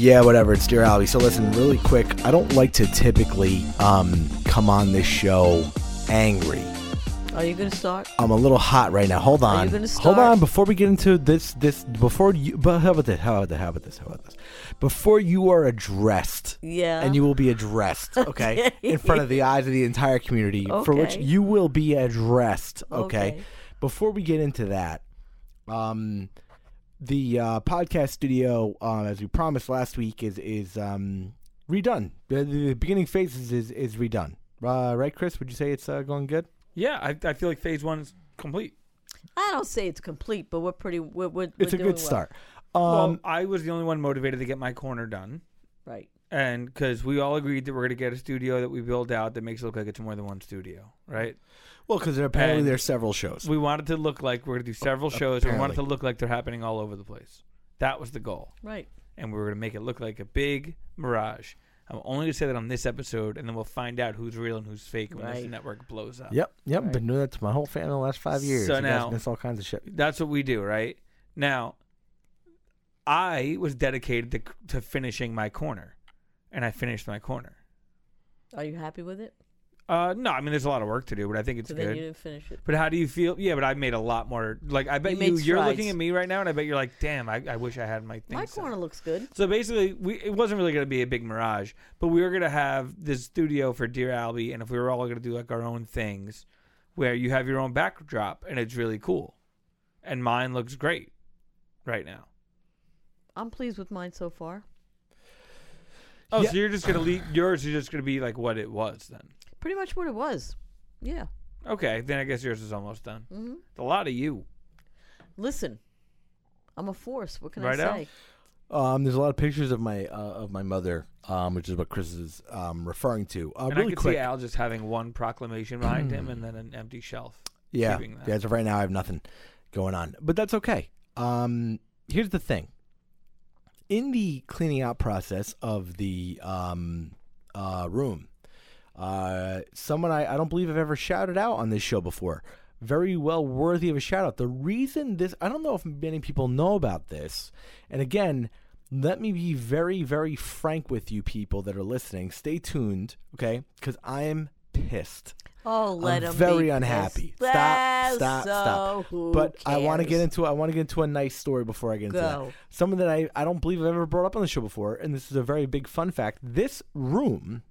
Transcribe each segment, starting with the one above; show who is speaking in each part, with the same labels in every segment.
Speaker 1: Yeah, whatever. It's Dear Ally. So listen, really quick. I don't like to typically um, come on this show angry.
Speaker 2: Are you gonna start?
Speaker 1: I'm a little hot right now. Hold
Speaker 2: you
Speaker 1: on.
Speaker 2: gonna
Speaker 3: Hold
Speaker 2: start?
Speaker 3: on, before we get into this, this before you, but how about this? How about this? How about this? How about this? Before you are addressed,
Speaker 2: Yeah.
Speaker 3: and you will be addressed, okay,
Speaker 2: Okay.
Speaker 3: in front of the eyes of the entire community, for which
Speaker 2: Okay.
Speaker 3: you will be addressed, okay.
Speaker 2: Okay.
Speaker 3: Before we get into that, um, the uh, podcast studio, uh, as we promised last week, is is um redone. The, the beginning phases is is redone. Uh, right, Chris? Would you say it's uh, going good?
Speaker 4: Yeah, I, I feel like phase one is complete.
Speaker 2: I don't say it's complete, but we're pretty. We're, we're,
Speaker 3: It's
Speaker 2: we're
Speaker 3: a
Speaker 2: doing
Speaker 3: good
Speaker 2: well.
Speaker 3: start. Um,
Speaker 4: well, I was the only one motivated to get my corner done.
Speaker 2: Right.
Speaker 4: And because we all agreed that we're going to get a studio that we build out that makes it look like it's more than one studio, right?
Speaker 3: Well, because apparently
Speaker 4: And-
Speaker 3: there's several shows.
Speaker 4: We wanted to look like we're going to do several shows. and We wanted to look like they're happening all over the place. That was the goal.
Speaker 2: Right.
Speaker 4: And we were going to make it look like a big mirage. I'm only going to say that on this episode, and then we'll find out who's real and who's fake when this
Speaker 2: Right.
Speaker 4: network blows up.
Speaker 3: Yep, yep. Been doing that to my whole family the last five years.
Speaker 4: So
Speaker 3: You guys
Speaker 4: now-
Speaker 3: miss all kinds of shit.
Speaker 4: That's what we do, right? Now, I was dedicated to, to finishing my corner, and I finished my corner.
Speaker 2: Are you happy with it?
Speaker 4: Uh, no, I mean, there's a lot of work to do, but I think it's
Speaker 2: so then you
Speaker 4: good.
Speaker 2: didn't finish it.
Speaker 4: But how do you feel? Yeah, but I made a lot more. Like, I bet
Speaker 2: made
Speaker 4: you, you are
Speaker 2: strides.
Speaker 4: looking at me right now, and I bet you're like, damn, I, I wish I had my thing.
Speaker 2: My
Speaker 4: set."
Speaker 2: corner looks good.
Speaker 4: So basically, we it wasn't really going to be a big mirage, but we were going to have this studio for Dear Albie, and if we were all going to do like our own things, where you have your own backdrop and it's really cool, and mine looks great right now.
Speaker 2: I'm pleased with mine so far.
Speaker 4: Oh,
Speaker 3: Yeah.
Speaker 4: so you're just gonna leave yours is just gonna be like what it was then.
Speaker 2: Pretty much what it was. Yeah.
Speaker 4: Okay, then I guess yours is almost done.
Speaker 2: hmm
Speaker 4: It's a lot of you.
Speaker 2: Listen, I'm a force. What can
Speaker 4: Right out?
Speaker 2: I say?
Speaker 3: Um, there's a lot of pictures of my uh, of my mother, um, which is what Chris is um, referring to. Uh,
Speaker 4: and I
Speaker 3: really
Speaker 4: could
Speaker 3: quick,
Speaker 4: see Al just having one proclamation behind him and then an empty shelf.
Speaker 3: yeah,
Speaker 4: keeping that.
Speaker 3: yeah. As of right now, I have nothing going on, but that's okay. Um, here's the thing: in the cleaning out process of the um, uh, room, uh, someone I, I don't believe I've ever shouted out on this show before. Very well worthy of a shout out. The reason this, I don't know if many people know about this. And again, let me be very, very frank with you people that are listening. Stay tuned, okay? Because I am pissed.
Speaker 2: Oh, let
Speaker 3: I'm
Speaker 2: him.
Speaker 3: very
Speaker 2: be
Speaker 3: unhappy.
Speaker 2: pissed.
Speaker 3: Stop, stop,
Speaker 2: So
Speaker 3: stop.
Speaker 2: who
Speaker 3: But I want to get
Speaker 2: cares?
Speaker 3: into I want to get into a nice story before I get into
Speaker 2: Go.
Speaker 3: that. Something that I, I don't believe I've ever brought up on the show before, and this is a very big fun fact. This room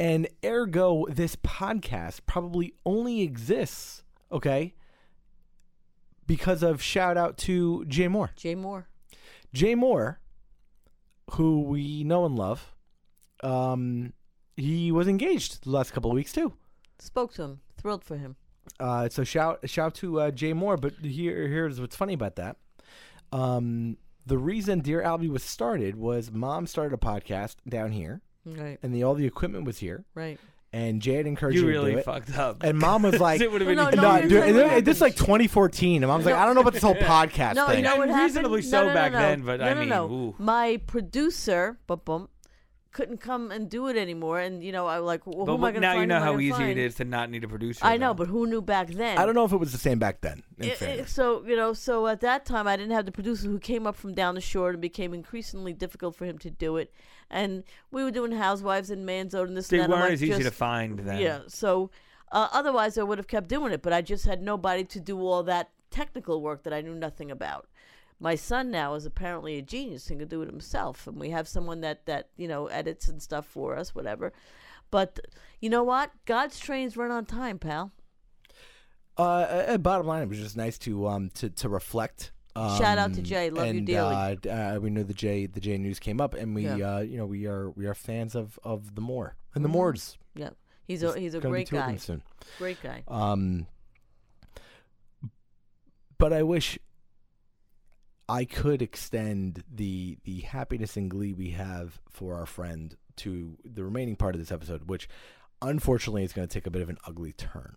Speaker 3: and ergo this podcast probably only exists, okay? Because of shout out to Jay Moore.
Speaker 2: Jay Moore.
Speaker 3: Jay Moore, who we know and love, um, he was engaged the last couple of weeks too.
Speaker 2: Spoke to him. Thrilled for him.
Speaker 3: Uh, so shout shout to uh, Jay Moore. But here here's what's funny about that. Um, the reason Dear Albie was started was Mom started a podcast down here,
Speaker 2: Right.
Speaker 3: and the, all the equipment was here,
Speaker 2: Right.
Speaker 3: and Jay had encouraged
Speaker 4: You
Speaker 3: her
Speaker 4: really
Speaker 3: to do it.
Speaker 4: fucked up.
Speaker 3: And Mom was like,
Speaker 4: it would have been
Speaker 2: Oh, No,
Speaker 4: even
Speaker 3: "No,
Speaker 2: no, here's
Speaker 3: dude,
Speaker 2: what
Speaker 3: and then- this is
Speaker 2: happened.
Speaker 3: like 2014." And Mom's like, "I don't know about this whole podcast
Speaker 2: No,
Speaker 3: thing."
Speaker 2: you know what
Speaker 4: And
Speaker 2: happened?
Speaker 4: reasonably
Speaker 2: No,
Speaker 4: so
Speaker 2: no, no,
Speaker 4: back
Speaker 2: no.
Speaker 4: then, but
Speaker 2: no,
Speaker 4: I
Speaker 2: no,
Speaker 4: mean,
Speaker 2: no.
Speaker 4: ooh.
Speaker 2: my producer, bum bum, couldn't come and do it anymore. And you know, I was like, well, who
Speaker 4: but
Speaker 2: am I going to
Speaker 4: now
Speaker 2: find?
Speaker 4: you know
Speaker 2: Who am I
Speaker 4: how
Speaker 2: gonna
Speaker 4: easy
Speaker 2: find?
Speaker 4: it is to not need a producer.
Speaker 2: I know,
Speaker 4: though.
Speaker 2: but who knew back then?
Speaker 3: I don't know if it was the same back then. in
Speaker 2: It- it-
Speaker 3: fairness.
Speaker 2: so you know, so at that time, I didn't have the producer who came up from down the shore, and it became increasingly difficult for him to do it. And we were doing Housewives and Manzo and this.
Speaker 4: they
Speaker 2: and that. I'm
Speaker 4: weren't
Speaker 2: like,
Speaker 4: as easy to
Speaker 2: just-
Speaker 4: find then.
Speaker 2: Yeah. So uh, otherwise, I would have kept doing it, but I just had nobody to do all that technical work that I knew nothing about. My son now is apparently a genius and can do it himself, and we have someone that that you know edits and stuff for us, whatever. But you know what? God's trains run on time, pal.
Speaker 3: Uh, uh, bottom line, it was just nice to um to to reflect. Um,
Speaker 2: Shout out to Jay. Love you
Speaker 3: and,
Speaker 2: dearly.
Speaker 3: Uh, d- uh, we know the Jay the Jay news came up, and we
Speaker 2: Yeah.
Speaker 3: uh you know we are we are fans of of the Moore and the Moors.
Speaker 2: Yeah, he's a he's a
Speaker 3: Gonna be
Speaker 2: great
Speaker 3: two of them
Speaker 2: guy.
Speaker 3: soon.
Speaker 2: Great guy.
Speaker 3: Um, but I wish I could extend the the happiness and glee we have for our friend to the remaining part of this episode, which unfortunately is going to take a bit of an ugly turn.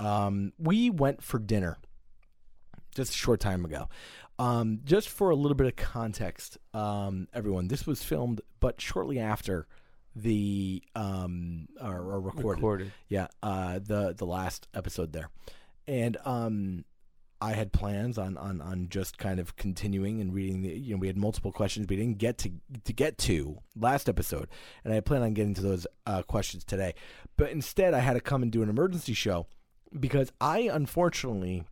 Speaker 3: Um, we went for dinner just a short time ago. Um, just for a little bit of context, um, everyone, this was filmed, but shortly after the um, or, or recorded,
Speaker 4: Recorded.
Speaker 3: yeah, uh, the the last episode there, and um, I had plans on on on just kind of continuing and reading the. You know, we had multiple questions we didn't get to to get to last episode, and I had planned on getting to those uh, questions today, but instead I had to come and do an emergency show because I unfortunately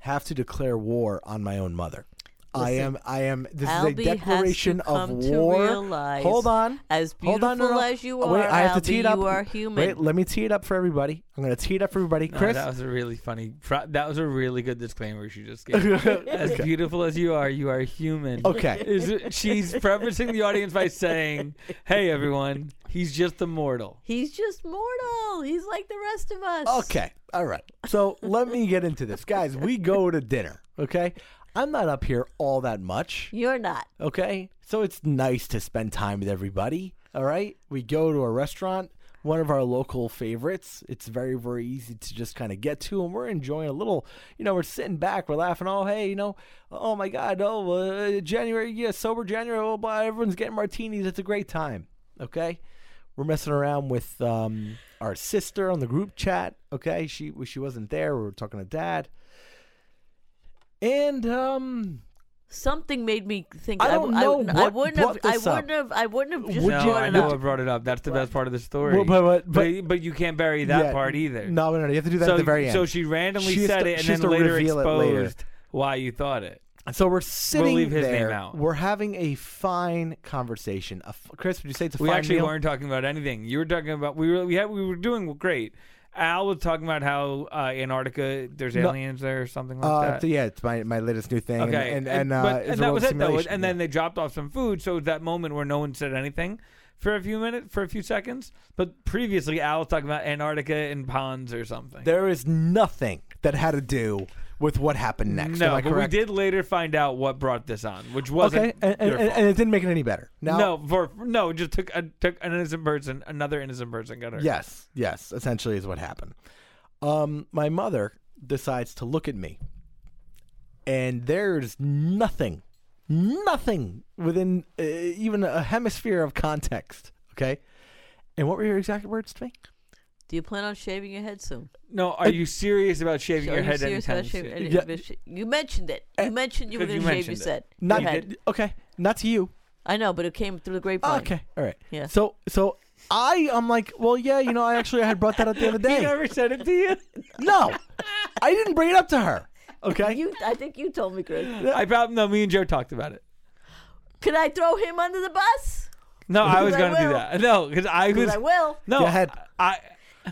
Speaker 3: have to declare war on my own mother. I
Speaker 2: Listen,
Speaker 3: am. I am. This
Speaker 2: Albie
Speaker 3: is a
Speaker 2: has to
Speaker 3: declaration of
Speaker 2: come to
Speaker 3: war.
Speaker 2: realize,
Speaker 3: Hold on.
Speaker 2: as
Speaker 3: Hold on, no,
Speaker 2: beautiful
Speaker 3: no. Oh,
Speaker 2: as you
Speaker 3: Wait,
Speaker 2: are,
Speaker 3: I have
Speaker 2: Albie,
Speaker 3: to tee it up.
Speaker 2: you are human.
Speaker 3: Wait, let me tee it up for everybody. I'm going to tee it up for everybody.
Speaker 4: No,
Speaker 3: Chris,
Speaker 4: Uh, that was a really funny. pro- That was a really good disclaimer she just gave. As beautiful as you are, you are human.
Speaker 3: Okay.
Speaker 4: Is it- she's prefacing the audience by saying, "Hey, everyone, he's just a mortal."
Speaker 2: He's just mortal. He's like the rest of us.
Speaker 3: Okay. All right. So let me get into this. Guys, we go to dinner. Okay. I'm not up here all that much.
Speaker 2: You're not.
Speaker 3: Okay. So it's nice to spend time with everybody. All right. We go to a restaurant, one of our local favorites. It's very, very easy to just kind of get to, and we're enjoying a little, you know, we're sitting back, we're laughing. Oh, hey, you know, oh my God. Oh, uh, January. Yeah. Sober January. Oh, blah. Everyone's getting martinis. It's a great time. Okay. We're messing around with um, our sister on the group chat. Okay. She, she wasn't there. We were talking to dad. And, um,
Speaker 2: Something made me think.
Speaker 3: I
Speaker 2: w-
Speaker 3: don't
Speaker 2: w-
Speaker 3: know
Speaker 2: I
Speaker 3: what
Speaker 2: wouldn't
Speaker 3: brought
Speaker 2: have. I
Speaker 3: this up.
Speaker 2: wouldn't have. I wouldn't have just
Speaker 3: Would
Speaker 4: no,
Speaker 3: you-
Speaker 2: brought
Speaker 4: I
Speaker 2: it
Speaker 4: know
Speaker 2: up.
Speaker 4: I brought it up. That's the best part of the story.
Speaker 3: Well, but- but-
Speaker 4: but, but you can't bury that
Speaker 3: Yeah.
Speaker 4: part either.
Speaker 3: No, no, no. You have to do that
Speaker 4: so,
Speaker 3: at the very end.
Speaker 4: so she randomly
Speaker 3: She has
Speaker 4: said
Speaker 3: to- she
Speaker 4: it and
Speaker 3: has to
Speaker 4: then later
Speaker 3: reveal it later.
Speaker 4: exposed why you thought it.
Speaker 3: so we're sitting
Speaker 4: leave his name
Speaker 3: there.
Speaker 4: out.
Speaker 3: We're having a fine conversation. A f- Chris, would you say it's a
Speaker 4: We
Speaker 3: fine
Speaker 4: actually
Speaker 3: meal?
Speaker 4: weren't talking about anything. You were talking about we were we had we were doing great. Al was talking about how uh, Antarctica there's
Speaker 3: No.
Speaker 4: aliens there or something like
Speaker 3: Uh,
Speaker 4: that.
Speaker 3: so yeah, it's my, my latest new thing.
Speaker 4: Okay,
Speaker 3: And, and, and, uh,
Speaker 4: but-
Speaker 3: it's
Speaker 4: and
Speaker 3: a
Speaker 4: that
Speaker 3: world
Speaker 4: was it though.
Speaker 3: simulation.
Speaker 4: And then they dropped off some food, so it was that moment where no one said anything for a few minutes, for a few seconds. But previously, Al was talking about Antarctica and ponds or something.
Speaker 3: there is nothing that had to do with what happened next. Am
Speaker 4: no,
Speaker 3: I
Speaker 4: but we
Speaker 3: correct?
Speaker 4: did later find out what brought this on, which wasn't
Speaker 3: Okay, and, and,
Speaker 4: your
Speaker 3: and
Speaker 4: fault.
Speaker 3: it didn't make it any better. Now,
Speaker 4: no, for no, it just took a, took an innocent person, another innocent person got hurt.
Speaker 3: Yes, yes, essentially is what happened. Um, my mother decides to look at me, and there's nothing, nothing within uh, even a hemisphere of context. Okay, and what were your exact words to me?
Speaker 2: Do you plan on shaving your head soon?
Speaker 4: No, are you serious about shaving
Speaker 2: Are
Speaker 4: your
Speaker 2: you
Speaker 4: head
Speaker 2: serious
Speaker 4: anytime
Speaker 2: about shaving-
Speaker 4: soon?
Speaker 2: any-
Speaker 3: Yeah. Eh.
Speaker 2: sh- You mentioned it. You mentioned you were
Speaker 4: 'cause
Speaker 2: going
Speaker 4: you
Speaker 2: to shave your
Speaker 4: mentioned it.
Speaker 2: set.
Speaker 3: Not
Speaker 2: your head.
Speaker 3: okay, not to you.
Speaker 2: I know, but it came through the grapevine.
Speaker 3: okay, all right.
Speaker 2: Yeah.
Speaker 3: So, so I, I'm like, well, yeah, you know, I actually I had brought that up the other
Speaker 4: He
Speaker 3: day.
Speaker 4: never said it to you.
Speaker 3: No, I didn't bring it up to her. Okay.
Speaker 2: You, I think you told me, Chris.
Speaker 4: I probably no. Me and Joe talked about it.
Speaker 2: Could I throw him under the bus?
Speaker 4: No, I was
Speaker 2: I
Speaker 4: gonna do
Speaker 2: will.
Speaker 4: that. No, because I was.
Speaker 2: Because I will.
Speaker 4: No,
Speaker 3: Go ahead.
Speaker 4: I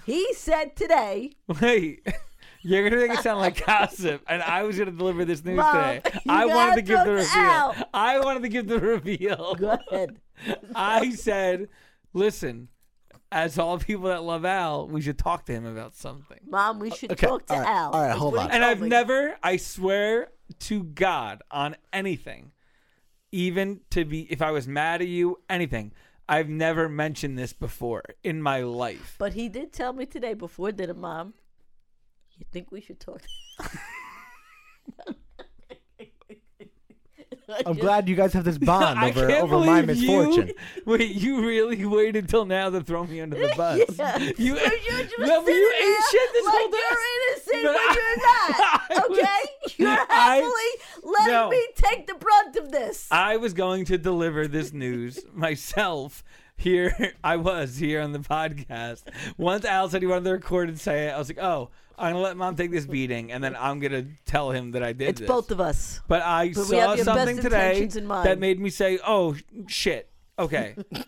Speaker 2: He said today.
Speaker 4: wait. You're gonna make it sound like gossip, and I was gonna deliver this news
Speaker 2: Mom,
Speaker 4: today.
Speaker 2: you
Speaker 4: I wanted
Speaker 2: gotta
Speaker 4: to give the
Speaker 2: throw
Speaker 4: reveal.
Speaker 2: this out.
Speaker 4: I wanted to give the reveal.
Speaker 2: Go ahead.
Speaker 4: I said, "Listen, as all people that love Al, we should talk to him about something."
Speaker 2: Mom, we should
Speaker 3: Okay,
Speaker 2: talk to
Speaker 3: all right,
Speaker 2: Al.
Speaker 3: all right,
Speaker 2: That's
Speaker 3: hold
Speaker 2: what
Speaker 3: on.
Speaker 2: he
Speaker 4: And
Speaker 2: told
Speaker 4: I've
Speaker 2: me.
Speaker 4: never, I swear to God, on anything, even to be, if I was mad at you, anything, I've never mentioned this before in my life.
Speaker 2: But he did tell me today before dinner, Mom. You think we should talk?
Speaker 3: I'm glad you guys have this bond
Speaker 4: I
Speaker 3: over
Speaker 4: can't
Speaker 3: over my
Speaker 4: believe
Speaker 3: misfortune.
Speaker 4: You, wait, you really waited till now to throw me under the bus?
Speaker 2: Yeah.
Speaker 4: You,
Speaker 2: So you're just
Speaker 4: No, but you
Speaker 2: sitting
Speaker 4: ate
Speaker 2: there
Speaker 4: shit this whole
Speaker 2: like
Speaker 4: day.
Speaker 2: You're innocent,
Speaker 4: But
Speaker 2: but,
Speaker 4: I- I
Speaker 2: you're not.
Speaker 4: was-
Speaker 2: Okay, you're happily
Speaker 4: I-
Speaker 2: letting
Speaker 4: No.
Speaker 2: me take the brunt of this.
Speaker 4: I was going to deliver this news myself. Here I was here on the podcast. Once Al said he wanted to record and say it, I was like, "Oh, I'm gonna let Mom take this beating, and then I'm gonna tell him that I did."
Speaker 2: it's
Speaker 4: this.
Speaker 2: both of us.
Speaker 4: But I
Speaker 2: But we
Speaker 4: saw
Speaker 2: have your best
Speaker 4: something today
Speaker 2: intentions in mind.
Speaker 4: that made me say, "Oh sh- shit." Okay. That's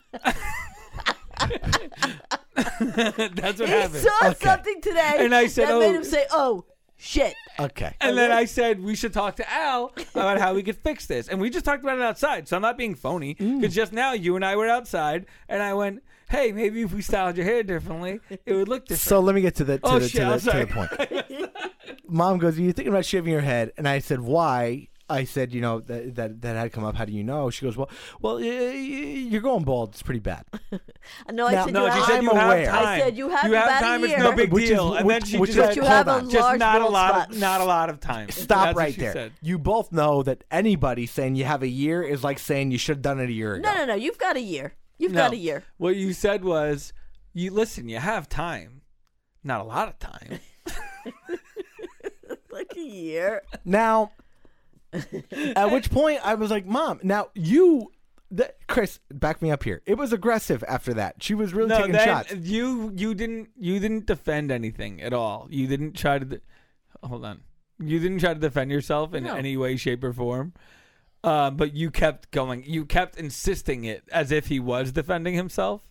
Speaker 4: what
Speaker 2: He
Speaker 4: happened.
Speaker 2: saw
Speaker 3: Okay.
Speaker 2: something today,
Speaker 4: And I said,
Speaker 2: that made
Speaker 4: "Oh."
Speaker 2: him say, "Oh Shit.
Speaker 3: Okay.
Speaker 4: And then I said we should talk to Al about how we could fix this. And we just talked about it outside. So I'm not being phony.
Speaker 3: Mm.
Speaker 4: Because just now you and I were outside and I went, hey, maybe if we styled your hair differently, it would look different.
Speaker 3: So let me get to the to,
Speaker 4: Oh,
Speaker 3: the,
Speaker 4: shit,
Speaker 3: to,
Speaker 4: I'm
Speaker 3: the, to the point. Mom goes, "Are you thinking about shaving your head?" And I said, "Why?" I said, "You know that that, that had come up. How do you know?" She goes, "Well, well, y- y- you're going bald. It's pretty bad."
Speaker 2: No, I
Speaker 3: Now-
Speaker 2: said
Speaker 4: no,
Speaker 2: you
Speaker 4: she
Speaker 2: have,
Speaker 4: said
Speaker 3: I'm
Speaker 4: you have
Speaker 3: aware.
Speaker 4: time.
Speaker 2: I said you have
Speaker 4: you have
Speaker 2: about a
Speaker 4: time. It's
Speaker 2: year.
Speaker 4: no big
Speaker 3: Which is-
Speaker 4: deal. and then
Speaker 3: which-
Speaker 4: she
Speaker 3: which
Speaker 4: just
Speaker 3: is-
Speaker 4: said,
Speaker 3: You have a
Speaker 4: just
Speaker 2: large
Speaker 4: not a
Speaker 2: bald
Speaker 4: lot,
Speaker 2: spot.
Speaker 4: of, not a lot of time.
Speaker 3: Stop
Speaker 4: That's what
Speaker 3: right
Speaker 4: she
Speaker 3: there.
Speaker 4: said.
Speaker 3: You both know that anybody saying you have a year is like saying you should have done it a year ago.
Speaker 2: No, no, no. You've got a year. You've
Speaker 4: No.
Speaker 2: got a year.
Speaker 4: What you said was, you listen. You have time, not a lot of time.
Speaker 2: Like a year.
Speaker 3: Now, at which point I was like, "Mom, now you." That, Chris, back me up here. It was aggressive after that. She was really
Speaker 4: no,
Speaker 3: taking
Speaker 4: then
Speaker 3: shots.
Speaker 4: you you didn't you didn't defend anything at all. You didn't try to. De- hold on. You didn't try to defend yourself in
Speaker 2: No.
Speaker 4: any way, shape, or form. Uh, but you kept going. You kept insisting it as if he was defending himself.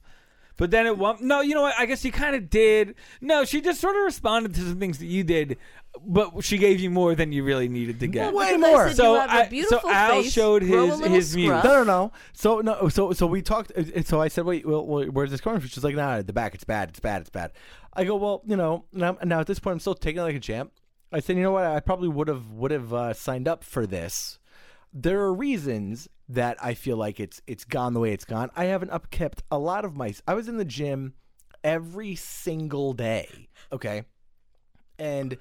Speaker 4: But then it won't. No, you know what? I guess she kind of did. No, she just sort of responded to some things that you did, but she gave you more than you really needed to get.
Speaker 3: Way
Speaker 2: Because
Speaker 3: more.
Speaker 2: I said
Speaker 4: So
Speaker 2: you have
Speaker 4: I-
Speaker 2: a
Speaker 4: so
Speaker 2: beautiful
Speaker 4: Al
Speaker 2: face,
Speaker 4: showed
Speaker 2: grow a
Speaker 4: his-
Speaker 2: little
Speaker 4: his muse.
Speaker 2: scruff.
Speaker 3: No, no, no. So no, so so we talked. and So I said, "Wait, well, well, where's this coming from?" She's like, "No, nah, at the back. It's bad. It's bad. It's bad." I go, "Well, you know, now, now at this point, I'm still taking it like a champ." I said, "You know what? I probably would have would have uh, signed up for this. There are reasons that I feel like it's it's gone the way it's gone. I haven't upkept a lot of my. I was in the gym every single day. Okay, and."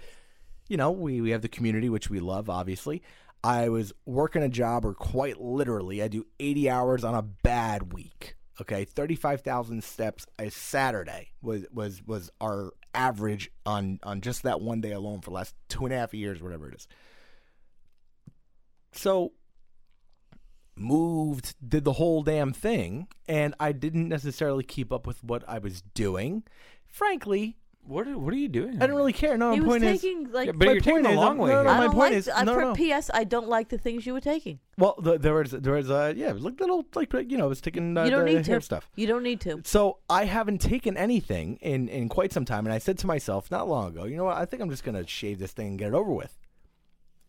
Speaker 3: you know, we, we have the community, which we love, obviously. I was working a job, or quite literally, I do 80 hours on a bad week. Okay, 35,000 steps a Saturday was, was, was our average on, on just that one day alone for the last two and a half years, whatever it is. So, moved, did the whole damn thing, and I didn't necessarily keep up with what I was doing. Frankly,
Speaker 4: What are, what are you doing?
Speaker 3: I don't really care. No,
Speaker 2: Hmm. He
Speaker 3: my
Speaker 2: was
Speaker 3: point is,
Speaker 2: taking like.
Speaker 4: Yeah, but
Speaker 3: my
Speaker 4: you're taking
Speaker 3: point
Speaker 4: the
Speaker 3: is,
Speaker 4: long
Speaker 3: no,
Speaker 4: way.
Speaker 3: no,
Speaker 4: here.
Speaker 3: no,
Speaker 2: I
Speaker 3: my
Speaker 2: don't
Speaker 3: point
Speaker 2: like.
Speaker 3: is,
Speaker 2: I,
Speaker 3: no,
Speaker 2: for
Speaker 3: no.
Speaker 2: P.S. I don't like the things you were taking.
Speaker 3: Well, th there was there was uh, yeah, it was like little like you know, I was taking uh,
Speaker 2: you don't
Speaker 3: the
Speaker 2: need
Speaker 3: hair
Speaker 2: to.
Speaker 3: stuff.
Speaker 2: You don't need to.
Speaker 3: So I haven't taken anything in in quite some time, and I said to myself not long ago, you know what? I think I'm just gonna shave this thing and get it over with.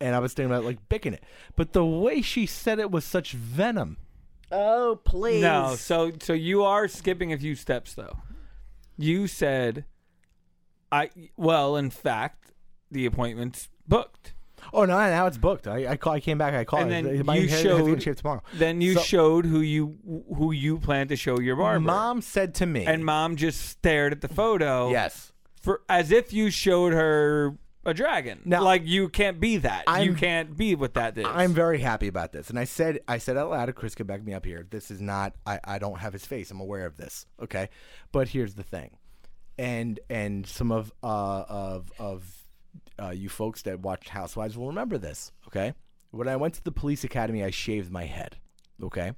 Speaker 3: And I was thinking about like biking it, but the way she said it was such venom.
Speaker 2: Oh please.
Speaker 4: No, so so you are skipping a few steps though. You said I well, in fact, the appointment's booked.
Speaker 3: Oh no! Now it's booked. I I, call, I came back. I called.
Speaker 4: And then
Speaker 3: my
Speaker 4: you
Speaker 3: hair-
Speaker 4: showed-
Speaker 3: hair's getting shaved tomorrow.
Speaker 4: Then you
Speaker 3: So-
Speaker 4: showed who you who you plan to show your barber.
Speaker 3: Mom said to me,
Speaker 4: and mom just stared at the photo
Speaker 3: yes,
Speaker 4: for as if you showed her a dragon.
Speaker 3: Now-
Speaker 4: like you can't be that. you
Speaker 3: I'm-
Speaker 4: can't be what that is.
Speaker 3: I'm very happy about this. And I said I said out loud, Chris could back me up here. This is not I, I don't have his face. I'm aware of this. Okay. But here's the thing. And and some of uh of of uh, you folks that watched Housewives will remember this, okay? When I went to the police academy, I shaved my head. Okay.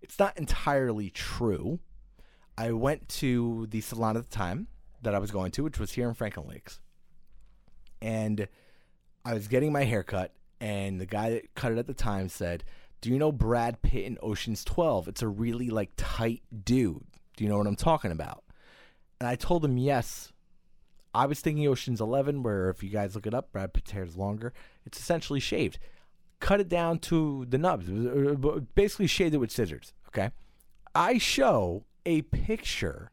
Speaker 3: It's not entirely true. I went to the salon at the time that I was going to, which was here in Franklin Lakes. And I was getting my hair cut, and the guy that cut it at the time said, Do you know Brad Pitt in Ocean's 12? It's a really like tight dude. Do you know what I'm talking about? And I told him, Yes. I was thinking Ocean's 11, where if you guys look it up, Brad Pitt's hair is longer. It's essentially shaved. Cut it down to the nubs. It was, uh, Basically, shaved it with scissors. Okay. I show a picture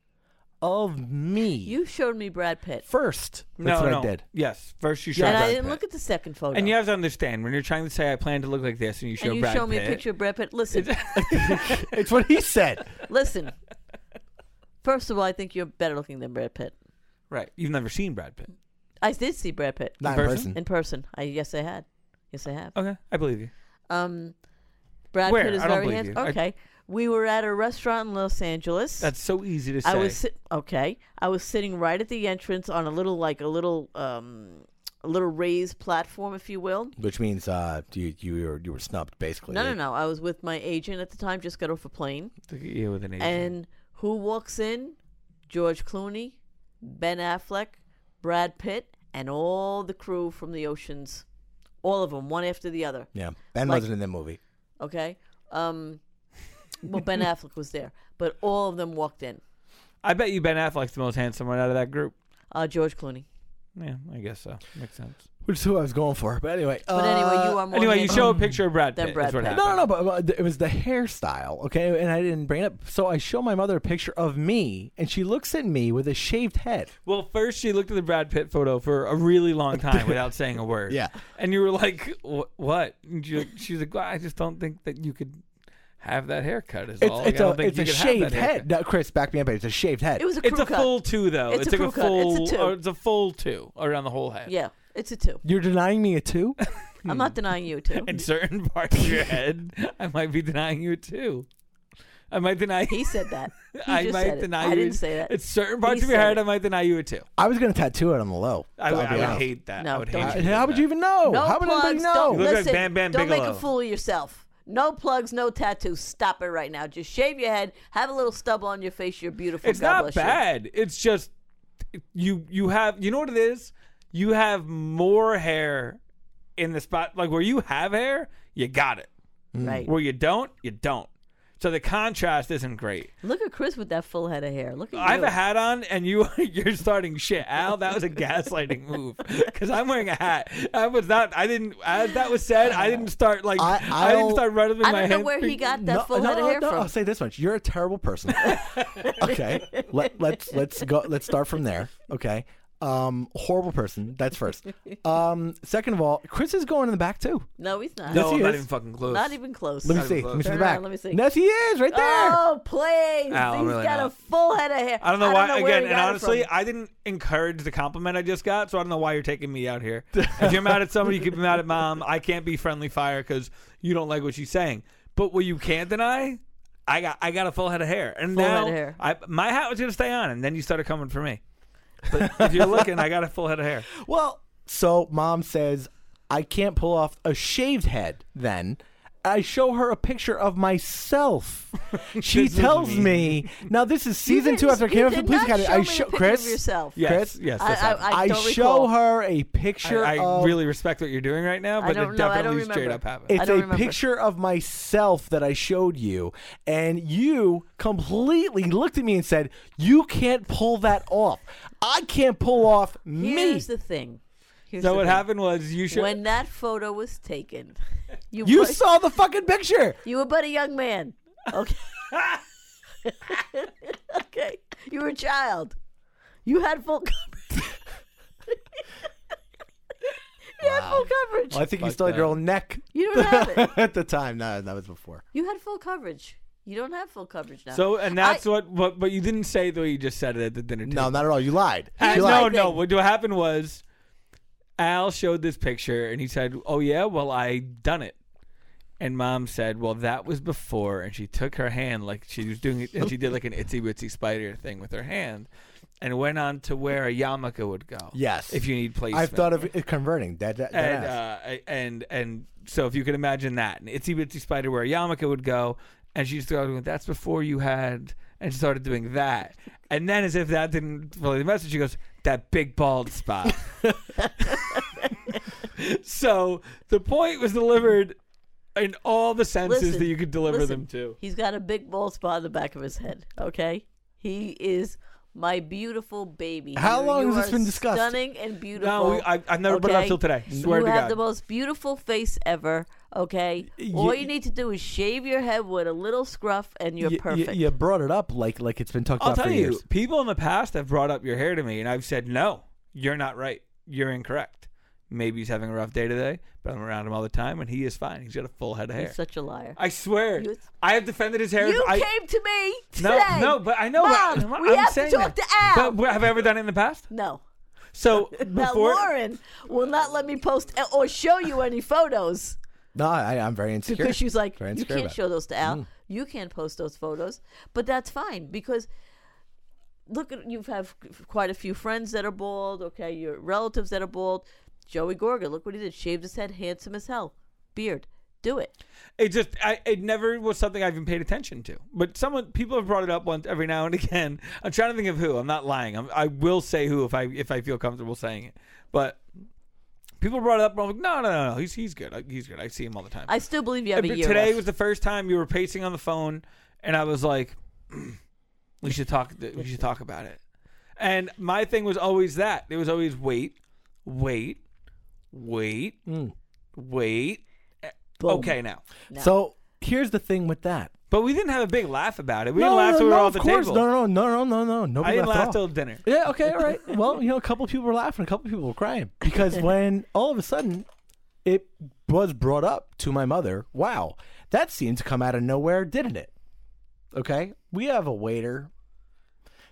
Speaker 3: of me
Speaker 2: You showed me Brad Pitt,
Speaker 3: first.
Speaker 4: no,
Speaker 3: That's what
Speaker 4: no.
Speaker 3: I did.
Speaker 4: Yes. First you showed
Speaker 2: and I
Speaker 4: Brad
Speaker 2: didn't
Speaker 4: Pitt.
Speaker 2: look at the second photo.
Speaker 4: And you have to understand when you're trying to say I plan to look like this and you show
Speaker 2: and you
Speaker 4: Brad
Speaker 2: show me
Speaker 4: Pitt,
Speaker 2: a picture of Brad Pitt. Listen,
Speaker 3: It's what he said.
Speaker 2: listen. First of all, I think you're better looking than Brad Pitt.
Speaker 4: Right. You've never seen Brad Pitt.
Speaker 2: I did see Brad Pitt
Speaker 3: Not
Speaker 4: In
Speaker 3: in
Speaker 4: person?
Speaker 3: person.
Speaker 2: in person. I yes, I had. Yes, I have.
Speaker 4: Okay. I believe you.
Speaker 2: Um, Brad
Speaker 4: Where?
Speaker 2: Pitt is
Speaker 4: I don't
Speaker 2: very
Speaker 4: believe
Speaker 2: handsome.
Speaker 4: you. I-
Speaker 2: Okay, we were at a restaurant in Los Angeles.
Speaker 4: That's so easy to say.
Speaker 2: I was sit- okay. I was sitting right at the entrance on a little, like a little, um, a little raised platform, if you will.
Speaker 3: Which means uh, you you were you were snubbed basically.
Speaker 2: No, no, no. I was with my agent at the time. Just got off a plane,
Speaker 4: Look at you with an agent.
Speaker 2: and who walks in? George Clooney, Ben Affleck, Brad Pitt, and all the crew from the Oceans, all of them, one after the other.
Speaker 3: Yeah, Ben
Speaker 2: Like-
Speaker 3: wasn't in the movie.
Speaker 2: Okay. Um, well, Ben Affleck was there, but all of them walked in.
Speaker 4: I bet you Ben Affleck's the most handsome one out of that group.
Speaker 2: Uh, George Clooney.
Speaker 4: Yeah, I guess so. Makes sense.
Speaker 3: which is who I was going for. But anyway,
Speaker 2: But anyway,
Speaker 3: uh,
Speaker 2: you are more
Speaker 4: Anyway, you
Speaker 2: handsome.
Speaker 4: show a picture of Brad
Speaker 2: Then
Speaker 4: Pitt.
Speaker 2: Brad
Speaker 4: is what
Speaker 2: Pitt.
Speaker 4: happened.
Speaker 3: No, no, no, but but it was the hairstyle, okay? And I didn't bring it up. So I show my mother a picture of me, and she looks at me with a shaved head.
Speaker 4: Well, first she looked at the Brad Pitt photo for a really long time without saying a word.
Speaker 3: Yeah.
Speaker 4: and you were like, "Wh- "What?" And you- she's like, well, "I just don't think that you could have that haircut." Is
Speaker 3: It's,
Speaker 4: all. Like,
Speaker 3: it's
Speaker 4: I
Speaker 3: a,
Speaker 4: don't think
Speaker 3: it's
Speaker 4: you
Speaker 3: a
Speaker 4: could have that
Speaker 3: shaved
Speaker 4: haircut.
Speaker 3: head. No, Chris, back me up. It's a shaved head.
Speaker 2: It was a crew
Speaker 4: It's a
Speaker 2: cut.
Speaker 4: full two though.
Speaker 2: It's
Speaker 4: It's,
Speaker 2: a
Speaker 4: like
Speaker 2: crew
Speaker 4: a
Speaker 2: cut. It's
Speaker 4: full.
Speaker 2: a two.
Speaker 4: or it's a full two around the whole head.
Speaker 2: Yeah, it's a two.
Speaker 3: You're denying me a two?
Speaker 2: I'm
Speaker 4: hmm.
Speaker 2: not denying you a two.
Speaker 4: In certain parts of your head, I might be denying you too. I might deny.
Speaker 2: he said that. He
Speaker 4: I
Speaker 2: just
Speaker 4: might
Speaker 2: said it.
Speaker 4: deny
Speaker 2: I
Speaker 4: you.
Speaker 2: didn't say that.
Speaker 4: It's certain parts
Speaker 2: He
Speaker 4: of your
Speaker 2: said
Speaker 4: head,
Speaker 2: it.
Speaker 4: I might deny you a two.
Speaker 3: I was going to tattoo it on the low.
Speaker 4: I, would-
Speaker 3: I'll
Speaker 4: I
Speaker 3: be
Speaker 4: would
Speaker 3: honest.
Speaker 4: hate that. I
Speaker 2: No,
Speaker 4: would
Speaker 2: don't
Speaker 4: hate
Speaker 3: I-
Speaker 4: you.
Speaker 3: how
Speaker 4: for
Speaker 3: would
Speaker 4: that.
Speaker 3: you even know?
Speaker 2: no
Speaker 3: how would
Speaker 2: plugs.
Speaker 3: anybody know?
Speaker 2: Don't
Speaker 4: You look like
Speaker 2: listen.
Speaker 4: Bam Bam
Speaker 2: don't make a
Speaker 4: Bigelow.
Speaker 2: fool of yourself. No plugs, no tattoos. Stop it right now. Just shave your head. Have a little stubble on your face. You're beautiful.
Speaker 4: It's
Speaker 2: God
Speaker 4: not
Speaker 2: bless you.
Speaker 4: bad. It's just you you have you know what it is? You have more hair in the spot like where you have hair, you got it.
Speaker 3: Mm.
Speaker 2: Right.
Speaker 4: Where you don't, you don't. So the contrast isn't great.
Speaker 2: Look at Chris with that full head of hair. Look at
Speaker 4: I have
Speaker 2: you.
Speaker 4: a hat on, and you you're starting shit, Al. That was a gaslighting move because I'm wearing a hat. I was not. I didn't. As that was said, I didn't start like
Speaker 3: I-
Speaker 4: I, didn't
Speaker 3: I'll-
Speaker 4: start running. With
Speaker 2: I
Speaker 4: my
Speaker 2: don't know
Speaker 4: hand
Speaker 2: where he
Speaker 4: thing.
Speaker 2: got that full head of hair
Speaker 3: no,
Speaker 2: from.
Speaker 3: I'll say this much: you're a terrible person. okay, let, let's let's go. Let's start from there. Okay, um, horrible person. That's first. Um, second of all, Chris is going in the back too.
Speaker 2: No, he's not.
Speaker 4: No,
Speaker 3: Yes,
Speaker 4: I'm
Speaker 3: he
Speaker 4: not
Speaker 3: is.
Speaker 4: even fucking close.
Speaker 2: Not even close.
Speaker 3: Let me see. Let me see the
Speaker 2: Turn
Speaker 3: back.
Speaker 2: around, let me see.
Speaker 3: Yes, he is right there.
Speaker 2: Oh, please.
Speaker 4: Ow, I'm
Speaker 2: He's
Speaker 4: really
Speaker 2: got a
Speaker 4: not.
Speaker 2: full head of hair.
Speaker 4: I don't know why.
Speaker 2: where
Speaker 4: again,
Speaker 2: he
Speaker 4: and
Speaker 2: got it
Speaker 4: honestly,
Speaker 2: from.
Speaker 4: I didn't encourage the compliment I just got, so I don't know why you're taking me out here. if you're mad at somebody, you can be mad at mom. I can't be friendly fire because you don't like what she's saying. But what you can't deny, I got I got a full head of hair, and
Speaker 2: Full head
Speaker 4: now
Speaker 2: of hair.
Speaker 4: I, my hat was gonna stay on, and then you started coming for me. But if you're looking, I got a full head of hair.
Speaker 3: Well, so mom says I can't pull off a shaved head. Then I show her a picture of myself. she
Speaker 4: This is
Speaker 3: tells
Speaker 4: mean.
Speaker 3: me now this is
Speaker 2: You
Speaker 3: season
Speaker 2: didn't-
Speaker 3: two after I
Speaker 2: you
Speaker 3: came up
Speaker 2: did
Speaker 3: with the police
Speaker 2: not
Speaker 3: academy.
Speaker 2: show
Speaker 3: I
Speaker 2: me a
Speaker 3: show
Speaker 2: picture
Speaker 3: Chris.
Speaker 2: Of yourself.
Speaker 4: Yes,
Speaker 3: Chris?
Speaker 4: yes,
Speaker 2: I,
Speaker 4: that's happened.
Speaker 2: I,
Speaker 3: I
Speaker 2: don't
Speaker 3: show
Speaker 2: recall.
Speaker 3: her a picture.
Speaker 4: I, I
Speaker 3: of,
Speaker 4: really respect what you're doing right now,
Speaker 2: I
Speaker 4: but
Speaker 2: don't
Speaker 4: it
Speaker 2: know, I don't
Speaker 4: definitely straight
Speaker 2: remember.
Speaker 4: up happened.
Speaker 3: It's a
Speaker 2: don't remember.
Speaker 3: picture of myself that I showed you, and you completely looked at me and said, "You can't pull that off. I can't pull off me."
Speaker 2: Here's the thing. Here's
Speaker 4: so
Speaker 2: the
Speaker 4: what
Speaker 2: thing.
Speaker 4: happened was you should.
Speaker 2: When that photo was taken, you
Speaker 3: you
Speaker 2: were,
Speaker 3: saw the fucking picture.
Speaker 2: you were but a young man. Okay. okay. You were a child. You had full coverage. you had full coverage.
Speaker 3: Well, I think you
Speaker 4: Fuck
Speaker 3: still had
Speaker 4: that.
Speaker 3: your own neck
Speaker 2: You don't have it.
Speaker 3: at the time. No, that was before.
Speaker 2: You had full coverage. You don't have full coverage now.
Speaker 4: so and
Speaker 2: I-
Speaker 4: that's what, what, but you didn't say it the way you just said it at the dinner table.
Speaker 3: No, not at all. You lied.
Speaker 4: Uh,
Speaker 3: You
Speaker 2: my
Speaker 4: no,
Speaker 3: lied.
Speaker 4: no.
Speaker 2: thing.
Speaker 4: What what happened was Al showed this picture and he said, "Oh yeah, well I done it." And mom said, "Well, that was before." And she took her hand like she was doing it, and she did like an itsy bitsy spider thing with her hand, and went on to where a yarmulke would go.
Speaker 3: Yes.
Speaker 4: if you need placement.
Speaker 3: I've thought of it converting. That, that, that
Speaker 4: and
Speaker 3: ass.
Speaker 4: uh, and and so if you could imagine that, an itsy bitsy spider where a yarmulke would go, and she started going, "That's before you had," and she started doing that, and then as if that didn't really the message, she goes, "That big bald spot." so the point was delivered in all the senses
Speaker 2: Listen,
Speaker 4: that you could deliver
Speaker 2: listen,
Speaker 4: them to.
Speaker 2: He's got a big bald spot on the back of his head. Okay, he is my beautiful baby.
Speaker 3: How
Speaker 2: You-
Speaker 3: long
Speaker 2: you
Speaker 3: has this
Speaker 2: are
Speaker 3: been discussed?
Speaker 2: Stunning and beautiful.
Speaker 4: No, we, I, I've never put it up
Speaker 2: okay?
Speaker 4: till today. Swear
Speaker 2: you
Speaker 4: to
Speaker 2: have
Speaker 4: God.
Speaker 2: the most beautiful face ever. Okay, all you need to do is shave your head with a little scruff, and you're
Speaker 3: You- you-
Speaker 2: perfect.
Speaker 3: You, brought it up like like it's been talked
Speaker 4: I'll
Speaker 3: about
Speaker 4: tell
Speaker 3: for
Speaker 4: you,
Speaker 3: years.
Speaker 4: people in the past have brought up your hair to me, and I've said, no, you're not right. You're incorrect. Maybe he's having a rough day today, but I'm around him all the time, and he is fine. He's got a full head of hair.
Speaker 2: You're such a liar.
Speaker 4: I swear,
Speaker 2: You-
Speaker 4: I have defended his hair.
Speaker 2: you
Speaker 4: I,
Speaker 2: came to me
Speaker 4: no,
Speaker 2: today.
Speaker 4: no, but I know.
Speaker 2: Mom,
Speaker 4: I'm,
Speaker 2: we
Speaker 4: I'm
Speaker 2: have to
Speaker 4: saying
Speaker 2: talk
Speaker 4: that.
Speaker 2: to Al.
Speaker 4: But have I ever done it in the past?
Speaker 2: no.
Speaker 4: So
Speaker 2: Now
Speaker 4: before,
Speaker 2: Lauren will not let me post or show you any photos.
Speaker 3: No, I, I'm very insecure.
Speaker 2: because she's like,
Speaker 3: Very
Speaker 2: you
Speaker 3: insecure
Speaker 2: can't
Speaker 3: about it."
Speaker 2: show those to
Speaker 4: Mm.
Speaker 2: Al. You can't post those photos, but that's fine because look, at you have quite a few friends that are bald. Okay, your relatives that are bald. Joey Gorga, look what he did: shaved his head, handsome as hell, beard. Do it.
Speaker 4: it just I, it never was something I even paid attention to. But someone people have brought it up once every now and again. I'm trying to think of who. I'm not lying. I'm, I will say who if I if I feel comfortable saying it. But people brought it up. And I'm like, no, no, no, no. He's he's good. I- He's good. I see him all the time.
Speaker 2: I still believe you have a
Speaker 4: But
Speaker 2: year.
Speaker 4: today
Speaker 2: left.
Speaker 4: was the first time you were pacing on the phone, and I was like, we should talk. We should talk about it. And my thing was always that it was always wait. wait, wait, wait.
Speaker 2: Hmm. Boom.
Speaker 4: Okay, now.
Speaker 3: So here's the thing with that.
Speaker 4: But we didn't have a big laugh about it. We didn't laugh till we were
Speaker 3: no,
Speaker 4: all at
Speaker 3: of
Speaker 4: the
Speaker 3: course.
Speaker 4: table.
Speaker 3: No, no, no, no, no, no. Nobody
Speaker 4: I didn't
Speaker 3: laughed at
Speaker 4: laugh
Speaker 3: all.
Speaker 4: till dinner.
Speaker 3: Yeah, okay, all right. Well, you know, a couple of people were laughing, a couple of people were crying because when all of a sudden it was brought up to my mother, wow, that seemed to come out of nowhere, didn't it? Okay, we have a waiter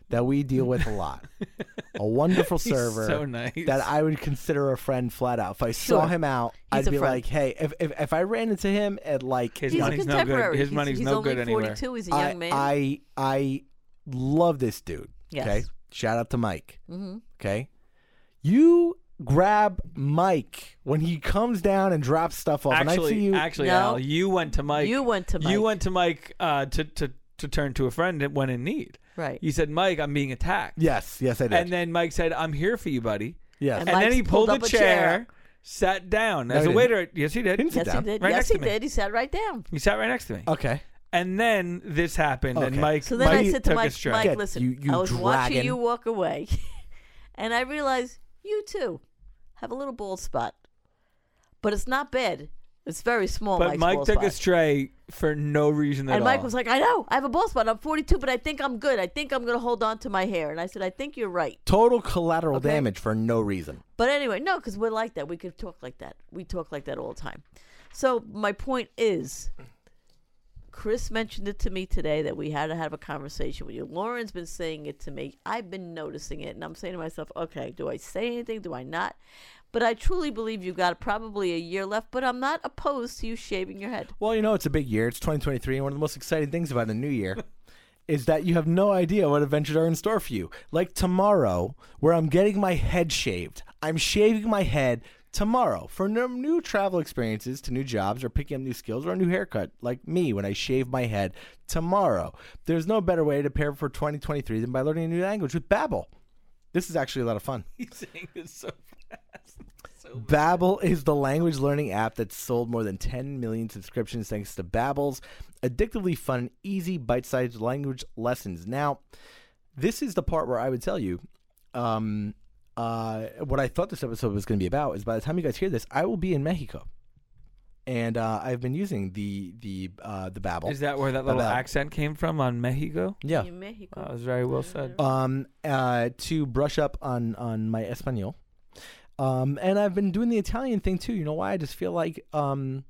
Speaker 3: that we deal with a lot, a wonderful
Speaker 4: He's
Speaker 3: server.
Speaker 4: so nice.
Speaker 3: That I would consider a friend flat out. If I saw
Speaker 2: Sure.
Speaker 3: him out,
Speaker 2: He's
Speaker 3: I'd
Speaker 2: a
Speaker 3: be
Speaker 2: friend.
Speaker 3: like, "Hey, if, if if I ran into him at like
Speaker 4: His
Speaker 2: he's a
Speaker 4: money's no
Speaker 2: contemporary.
Speaker 4: good. His
Speaker 2: he's,
Speaker 4: money's
Speaker 2: he's
Speaker 4: no
Speaker 2: only
Speaker 4: good anywhere.
Speaker 2: 42. He's a young
Speaker 3: I,
Speaker 2: man.
Speaker 3: I I love this dude.
Speaker 2: Yes.
Speaker 3: Okay. Shout out to Mike. Mm-hmm. Okay. You grab Mike when he comes down and drops stuff off, and I see
Speaker 4: Actually,
Speaker 3: you.
Speaker 4: actually,
Speaker 2: No.
Speaker 4: Al, you went to Mike.
Speaker 2: You went to
Speaker 4: You
Speaker 2: Mike.
Speaker 4: went to Mike uh, to to to turn to a friend when in need.
Speaker 2: right.
Speaker 4: You said, "Mike, I'm being attacked."
Speaker 3: yes. Yes, I did.
Speaker 4: And then Mike said, "I'm here for you, buddy."
Speaker 3: yes.
Speaker 2: And
Speaker 4: And then
Speaker 2: Mike's
Speaker 4: he pulled,
Speaker 2: pulled up
Speaker 4: a
Speaker 2: a
Speaker 4: chair,
Speaker 2: chair.
Speaker 4: sat down
Speaker 3: No,
Speaker 4: as
Speaker 3: he
Speaker 4: a
Speaker 3: didn't.
Speaker 4: waiter. Yes, he did.
Speaker 3: Didn't sit
Speaker 2: yes,
Speaker 3: down.
Speaker 2: he did.
Speaker 4: Right next
Speaker 2: yes, he
Speaker 4: to me.
Speaker 2: did. He sat right down.
Speaker 4: He sat right next to me.
Speaker 3: okay.
Speaker 4: And then this happened, and
Speaker 3: Okay.
Speaker 4: Mike.
Speaker 2: So then
Speaker 4: Mike
Speaker 2: I said to
Speaker 4: took
Speaker 2: Mike,
Speaker 4: a strike.
Speaker 2: Mike,
Speaker 3: Get
Speaker 2: listen,
Speaker 3: you- you
Speaker 2: I was watching
Speaker 3: dragon.
Speaker 2: you walk away, and I realized you too have a little bald spot, but it's not bad. It's very small.
Speaker 4: but
Speaker 2: Mike's
Speaker 4: Mike
Speaker 2: bald
Speaker 4: took
Speaker 2: spot.
Speaker 4: a stray for no reason at
Speaker 2: And
Speaker 4: all.
Speaker 2: Mike was like, I know, I have a bald spot. I'm 42, but I think I'm good. I think I'm going to hold on to my hair. And I said, I think you're right.
Speaker 3: Total collateral
Speaker 2: Okay.
Speaker 3: damage for no reason.
Speaker 2: But anyway, no, because we're like that. We could talk like that. We talk like that all the time. So my point is, Chris mentioned it to me today that we had to have a conversation with you. Lauren's been saying it to me. I've been noticing it, and I'm saying to myself, okay, do I say anything? Do I not? But I truly believe you've got probably a year left. But I'm not opposed to you shaving your head.
Speaker 3: Well, you know, it's a big year. It's 2023, and one of the most exciting things about the new year is that you have no idea what adventures are in store for you. Like tomorrow, where I'm getting my head shaved. I'm shaving my head tomorrow for no- new travel experiences to new jobs or picking up new skills or a new haircut, like me when I shave my head tomorrow. There's no better way to prepare for 2023 than by learning a new language with Babbel. This is actually a lot of fun.
Speaker 4: He's saying this so fast. So
Speaker 3: Babbel is the language learning app that's sold more than 10 million subscriptions thanks to Babbel's addictively fun and easy bite-sized language lessons. Now, this is the part where I would tell you um, uh, what I thought this episode was going to be about is by the time you guys hear this, I will be in Mexico. And uh, I've been using the the uh, the Babbel.
Speaker 4: Is that where that little
Speaker 3: About-
Speaker 4: accent came from on Mexico?
Speaker 3: yeah.
Speaker 2: In Mexico.
Speaker 4: That was very well said.
Speaker 3: um, uh, to brush up on on my Espanol. Um, and I've been doing the Italian thing too. You know why? I just feel like um,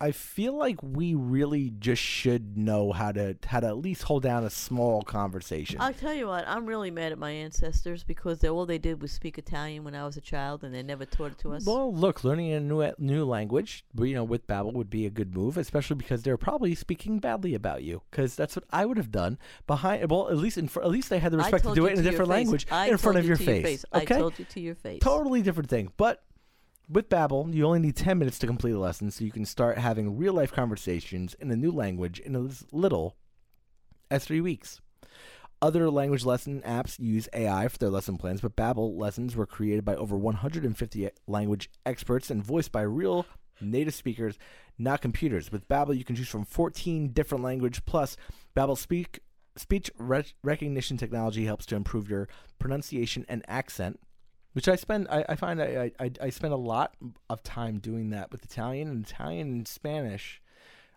Speaker 3: I feel like we really just should know how to how to at least hold down a small conversation.
Speaker 2: I'll tell you what, I'm really mad at my ancestors because they, all they did was speak Italian when I was a child and they never taught it to us.
Speaker 3: Well, look, learning a new new language, but, you know, with Babbel would be a good move, especially because they're probably speaking badly about you, because that's what I would have done behind. Well, at least in fr- at least they had the
Speaker 2: I
Speaker 3: respect to
Speaker 2: told
Speaker 3: do
Speaker 2: you
Speaker 3: it in
Speaker 2: to
Speaker 3: a
Speaker 2: your
Speaker 3: different
Speaker 2: face.
Speaker 3: language
Speaker 2: I
Speaker 3: in front
Speaker 2: told
Speaker 3: of
Speaker 2: you
Speaker 3: your
Speaker 2: to
Speaker 3: face. Okay,
Speaker 2: I told you to your face.
Speaker 3: totally different thing. But with Babbel, you only need 10 minutes to complete a lesson so you can start having real-life conversations in a new language in as little as 3 weeks. Other language lesson apps use AI for their lesson plans, but Babbel lessons were created by over 150 language experts and voiced by real native speakers, not computers. With Babbel, you can choose from 14 different language plus Babbel speak speech rec- recognition technology helps to improve your pronunciation and accent which I spend I, I find I, I I spend a lot of time doing that with Italian and Italian and Spanish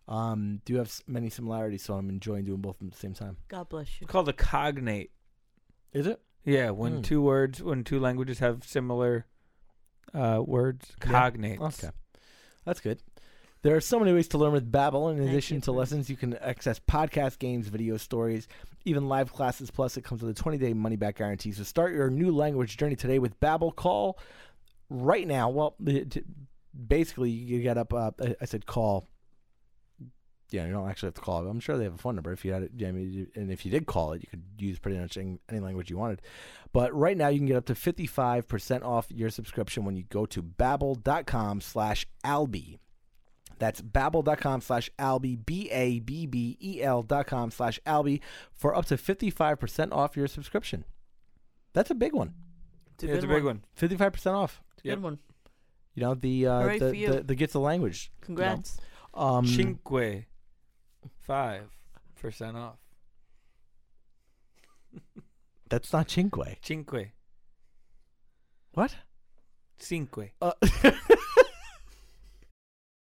Speaker 3: um do have s- many similarities so I'm enjoying doing both of them at the same time
Speaker 2: God bless you.
Speaker 4: It's called a cognate.
Speaker 3: is it
Speaker 4: Yeah, when
Speaker 3: Hmm.
Speaker 4: two words, when two languages have similar uh, words, cognates.
Speaker 3: okay that's good there are so many ways to learn with Babbel in addition
Speaker 2: you,
Speaker 3: to
Speaker 2: Bruce.
Speaker 3: lessons you can access podcast games video stories even live classes plus it comes with a 20 day money back guarantee so start your new language journey today with Babbel call right now well the- t- basically you get up uh, I- I said call Yeah, you don't actually have to call it. I'm sure they have a phone number. If you had it, yeah, I mean, you- and if you did call it, you could use pretty much any, any language you wanted. But right now, you can get up to 55% off your subscription when you go to babbel.com slash albi. That's babbel.com slash albi, B-A-B-B-E-L E dot com slash albi for up to 55% off your subscription. That's a big one.
Speaker 2: It's a
Speaker 4: Yeah, it's a
Speaker 2: good
Speaker 4: big
Speaker 2: one.
Speaker 4: one.
Speaker 3: 55% off.
Speaker 2: It's a
Speaker 4: Yep.
Speaker 2: Good one.
Speaker 3: You know, the, uh,
Speaker 2: Hooray
Speaker 3: the,
Speaker 2: for you.
Speaker 3: the, the gets the language. you know.
Speaker 2: Congrats.
Speaker 3: Um,
Speaker 4: Cinque, five percent off.
Speaker 3: that's not cinque.
Speaker 4: Cinque.
Speaker 3: What?
Speaker 4: Cinque.
Speaker 3: Uh,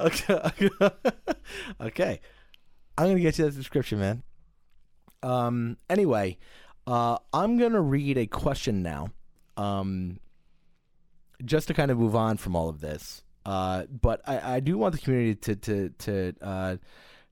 Speaker 3: okay. okay. I'm gonna get you that subscription, man. Um. Anyway, uh, I'm gonna read a question now. Um. Just to kind of move on from all of this, uh, but I, I do want the community to to to uh,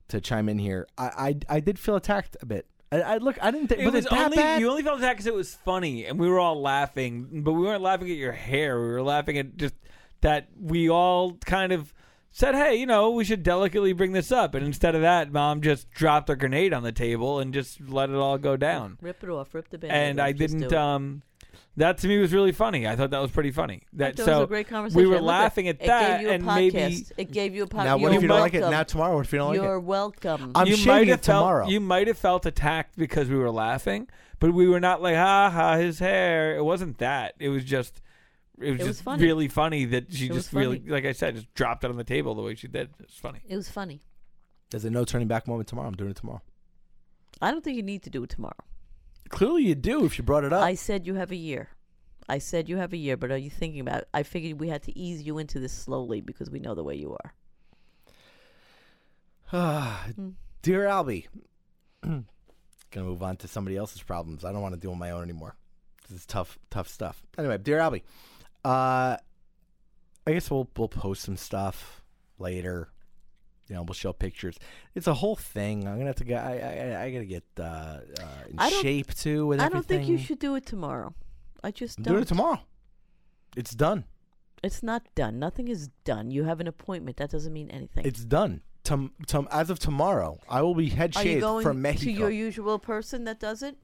Speaker 3: to chime in here. I, I I did feel attacked a bit. I, I look. I didn't. Th-
Speaker 4: It
Speaker 3: was,
Speaker 4: was
Speaker 3: it that
Speaker 4: only
Speaker 3: bad?
Speaker 4: you only felt that because it was funny, and we were all laughing, but we weren't laughing at your hair. We were laughing at just that we all kind of said, "Hey, you know, we should delicately bring this up," and instead of that, mom just dropped a grenade on the table and just let it all go down.
Speaker 2: Rip it off. Rip the band.
Speaker 4: And I didn't. Um, that to me was really funny. I thought that was pretty funny. That
Speaker 2: That was
Speaker 4: so
Speaker 2: a great conversation.
Speaker 4: we were
Speaker 2: Look at-
Speaker 4: laughing at
Speaker 2: it
Speaker 4: that,
Speaker 2: gave you a
Speaker 4: and
Speaker 2: podcast.
Speaker 4: maybe
Speaker 2: it gave you a podcast.
Speaker 3: now what if
Speaker 4: you're
Speaker 3: you don't like it?
Speaker 2: welcome.
Speaker 3: Now tomorrow, what if you don't like
Speaker 2: You're
Speaker 3: it?
Speaker 2: welcome.
Speaker 3: I'm
Speaker 4: you
Speaker 3: shaving
Speaker 4: might
Speaker 3: it
Speaker 4: have felt
Speaker 3: tomorrow.
Speaker 4: you might have felt attacked because we were laughing, but we were not like ha ha his hair. It wasn't that. It was just it was
Speaker 2: It was
Speaker 4: just
Speaker 2: funny.
Speaker 4: really funny that she
Speaker 2: It was
Speaker 4: just really
Speaker 2: funny.
Speaker 4: like I said just dropped it on the table the way she did. It's funny.
Speaker 2: it was funny.
Speaker 3: There's a no turning back moment tomorrow. I'm doing it tomorrow.
Speaker 2: I don't think you need to do it tomorrow.
Speaker 3: Clearly, you do if you brought it up.
Speaker 2: I said you have a year. I said you have a year, but are you thinking about it? I figured we had to ease you into this slowly because we know the way you are.
Speaker 3: Ah,
Speaker 2: Mm.
Speaker 3: Dear Albie, gonna move on to somebody else's problems. I don't want to deal with my own anymore. This is tough, tough stuff. Anyway, dear Albie, uh, I guess we'll we'll post some stuff later. You know, we'll show pictures. It's a whole thing. I'm gonna have to get. I I, I gotta get uh, uh, in
Speaker 2: I don't-
Speaker 3: shape too. With
Speaker 2: I don't think you
Speaker 3: everything.
Speaker 2: should do it tomorrow. I just
Speaker 3: I'm
Speaker 2: don't.
Speaker 3: doing it tomorrow. It's done.
Speaker 2: It's not done. Nothing is done. You have an appointment. That doesn't mean anything.
Speaker 3: It's done. Tom, tom, as of tomorrow, I will be head
Speaker 2: are you
Speaker 3: shaved
Speaker 2: going
Speaker 3: from Mexico.
Speaker 2: to your usual person that does it?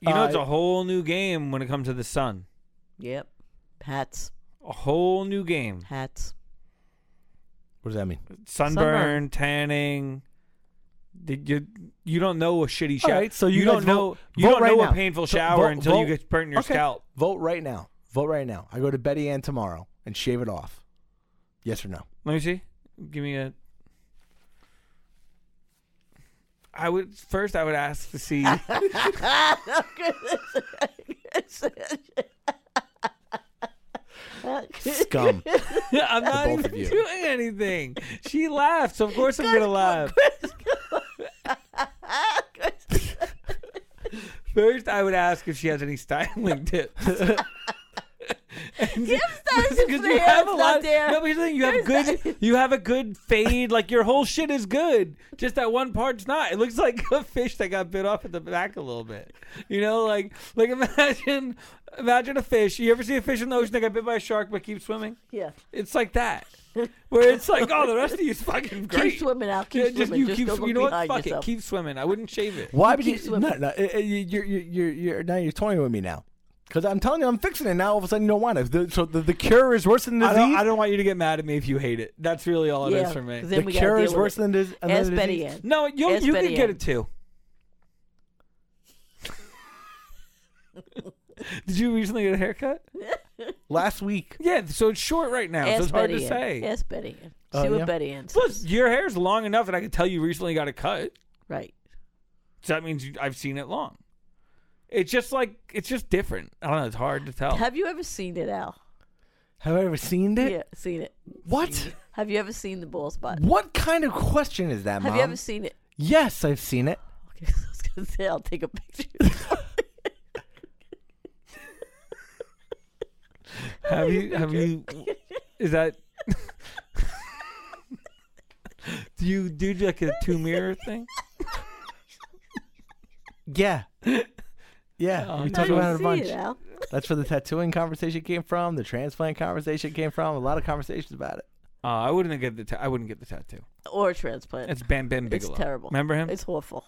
Speaker 4: You know,
Speaker 3: Uh,
Speaker 4: it's a whole new game when it comes to the sun.
Speaker 2: Yep. Hats.
Speaker 4: A whole new game.
Speaker 2: Hats.
Speaker 3: what does that mean?
Speaker 4: Sunburn,
Speaker 2: Sunburn.
Speaker 4: tanning. Did you you don't know a shitty
Speaker 3: All
Speaker 4: shower.
Speaker 3: right, so you, guys
Speaker 4: don't know
Speaker 3: vote-
Speaker 4: you
Speaker 3: vote
Speaker 4: don't
Speaker 3: right
Speaker 4: know
Speaker 3: now.
Speaker 4: a painful
Speaker 3: So
Speaker 4: shower
Speaker 3: vote-
Speaker 4: until you
Speaker 3: vote-
Speaker 4: get burnt in your
Speaker 3: okay.
Speaker 4: scalp.
Speaker 3: Vote right now. Vote right now. I go to Betty Ann tomorrow and shave it off. Yes or no?
Speaker 4: Let me see. Give me a. I would first. I would ask to see.
Speaker 3: Scum.
Speaker 4: I'm not
Speaker 3: both
Speaker 4: even
Speaker 3: of you.
Speaker 4: doing anything. She laughed, so of course I'm gonna laugh. First, I would ask if she has any styling tips. Give
Speaker 2: styling tips for hair that's not there.
Speaker 4: No, but here's the thing: you have
Speaker 2: There's
Speaker 4: good, you have a good fade. Like your whole shit is good. Just that one part's not. It looks like a fish that got bit off at the back a little bit. You know, like like imagine imagine a fish. You ever see a fish in the ocean that got bit by a shark but keeps swimming?
Speaker 2: yeah.
Speaker 4: It's like that. Where it's like, oh, the rest of you is fucking great.
Speaker 2: Keep swimming out. Keep
Speaker 4: Yeah, just
Speaker 2: swimming.
Speaker 4: you
Speaker 2: just
Speaker 4: keep.
Speaker 2: don't look
Speaker 4: You know what?
Speaker 2: behind
Speaker 4: Fuck
Speaker 2: yourself.
Speaker 4: it. Keep swimming. I wouldn't shave it.
Speaker 3: Why
Speaker 2: You
Speaker 3: would
Speaker 2: keep
Speaker 3: you?
Speaker 2: swimming.
Speaker 3: No, no. uh, uh, You're you're you're you're now you're toying with me now. Because I'm telling you, I'm fixing it now. All of a sudden, you don't want it. The- so the, the cure is worse than the
Speaker 4: I
Speaker 3: disease.
Speaker 4: don't, I don't want you to get mad at me if you hate it. That's really all it is
Speaker 2: yeah,
Speaker 4: for me.
Speaker 2: 'cause Then
Speaker 3: the
Speaker 2: we gotta
Speaker 3: cure
Speaker 2: deal
Speaker 3: is
Speaker 2: with
Speaker 3: worse
Speaker 2: it.
Speaker 3: than this.
Speaker 2: Ask Betty Ann.
Speaker 4: No, you
Speaker 2: Ask
Speaker 4: you can
Speaker 2: Betty
Speaker 4: get
Speaker 2: Ann.
Speaker 4: it too. Did you recently get a haircut?
Speaker 3: Last week,
Speaker 4: Yeah, so it's short right now, so
Speaker 2: Ask
Speaker 4: it's hard
Speaker 2: Betty
Speaker 4: to
Speaker 2: Ann.
Speaker 4: say.
Speaker 2: Ask Betty Ann. See
Speaker 3: Oh,
Speaker 2: what
Speaker 3: yeah?
Speaker 2: Betty Ann
Speaker 4: Plus,
Speaker 2: says.
Speaker 4: your hair's long enough that I can tell you recently got a cut.
Speaker 2: Right.
Speaker 4: So that means you, I've seen it long. It's just like it's just different. I don't know. It's hard to tell.
Speaker 2: Have you ever seen it, Al?
Speaker 3: have I ever seen it?
Speaker 2: Yeah, seen it.
Speaker 3: What?
Speaker 2: Have you ever seen the bald spot?
Speaker 3: What kind of question is that,
Speaker 2: Have
Speaker 3: Mom?
Speaker 2: you ever seen it?
Speaker 3: yes, I've seen it.
Speaker 2: Okay, so I was gonna say I'll take a picture.
Speaker 4: Have you? Have you? Is that? do you do like a two mirror thing?
Speaker 3: Yeah. Yeah,
Speaker 4: Oh,
Speaker 3: we
Speaker 4: no.
Speaker 3: talked
Speaker 4: Have you
Speaker 3: about it a
Speaker 2: See it,
Speaker 3: bunch.
Speaker 2: Al.
Speaker 3: That's where the tattooing conversation came from. The transplant conversation came from. A lot of conversations about it.
Speaker 4: Uh, I wouldn't get the. Ta- I wouldn't get the tattoo.
Speaker 2: Or a transplant.
Speaker 4: It's Bam Bam
Speaker 2: It's
Speaker 4: Bigelow.
Speaker 2: terrible.
Speaker 4: Remember him?
Speaker 2: It's awful.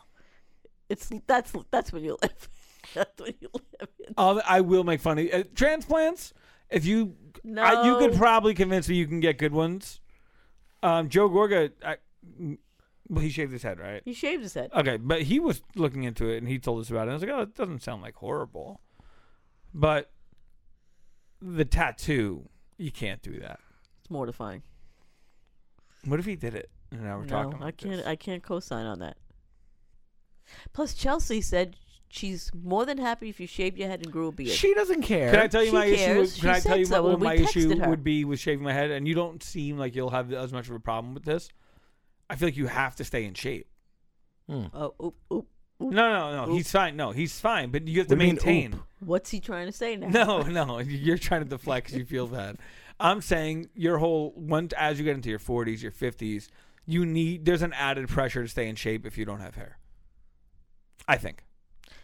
Speaker 2: It's that's that's when you live. that's when you live.
Speaker 4: I'll- I will make fun of uh, transplants. If you, I, you could
Speaker 2: No.
Speaker 4: probably convince me you can get good ones. Um, Joe Gorga, I, well, he shaved his head, right?
Speaker 2: He shaved his head.
Speaker 4: Okay, but he was looking into it and he told us about it. And I was like, oh, it doesn't sound like horrible. But the tattoo, you can't do that.
Speaker 2: It's mortifying.
Speaker 4: What if he did it? And now we're talking.
Speaker 2: no, I
Speaker 4: like
Speaker 2: can't.
Speaker 4: this.
Speaker 2: I can't co-sign on that. Plus, Chelsea said she's more than happy if you shaved your head and grew a beard.
Speaker 5: She doesn't care.
Speaker 4: Can I tell you
Speaker 2: She
Speaker 4: my issue?
Speaker 2: cares.
Speaker 4: With, can
Speaker 2: She
Speaker 4: I tell
Speaker 2: said
Speaker 4: you
Speaker 2: so
Speaker 4: what
Speaker 2: when we
Speaker 4: my
Speaker 2: texted
Speaker 4: issue
Speaker 2: her.
Speaker 4: would be with shaving my head? And you don't seem like you'll have as much of a problem with this. I feel like you have to stay in shape.
Speaker 3: Hmm.
Speaker 2: oh, oop, oop.
Speaker 4: No, no, no. He's fine. No, he's fine. But you have to
Speaker 5: What do you mean,
Speaker 4: maintain.
Speaker 5: oop?
Speaker 2: What's he trying to say now?
Speaker 4: No, no, you're trying to deflect 'cause you feel bad. I'm saying your whole once as you get into your 40s, your 50s, you need there's an added pressure to stay in shape if you don't have hair. I think.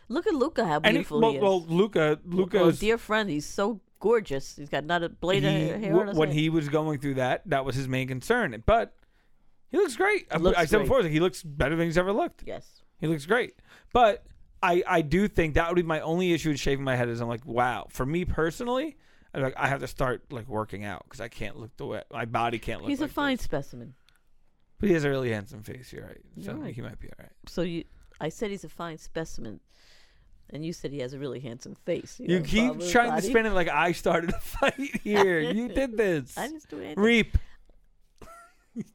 Speaker 2: Look at Luca, how
Speaker 4: And he-
Speaker 2: beautiful
Speaker 4: well,
Speaker 2: he is.
Speaker 4: well, Luca,
Speaker 2: oh,
Speaker 4: Luca's
Speaker 2: dear friend, he's so gorgeous. He's got not a blade of
Speaker 4: he-
Speaker 2: hair on
Speaker 4: w-
Speaker 2: his
Speaker 4: when
Speaker 2: head.
Speaker 4: he was going through that, that was his main concern. But he looks great. I,
Speaker 2: Looks
Speaker 4: I said
Speaker 2: great.
Speaker 4: before, like, he looks better than he's ever looked.
Speaker 2: Yes.
Speaker 4: He looks great. But I, I do think that would be my only issue with shaving my head is I'm like, wow. For me personally, I'm like I have to start like working out because I can't look the way my body can't look.
Speaker 2: He's
Speaker 4: like
Speaker 2: a fine
Speaker 4: this.
Speaker 2: specimen.
Speaker 4: but he has a really handsome face. You're right. So
Speaker 2: You're right.
Speaker 4: he might be all right.
Speaker 2: So you, I said he's a fine specimen, and you said he has a really handsome face.
Speaker 4: You
Speaker 2: know,
Speaker 4: keep
Speaker 2: Pablo
Speaker 4: trying to
Speaker 2: Gotti.
Speaker 4: spin it like I started a fight here. you did this.
Speaker 2: I just do anything.
Speaker 4: Reap.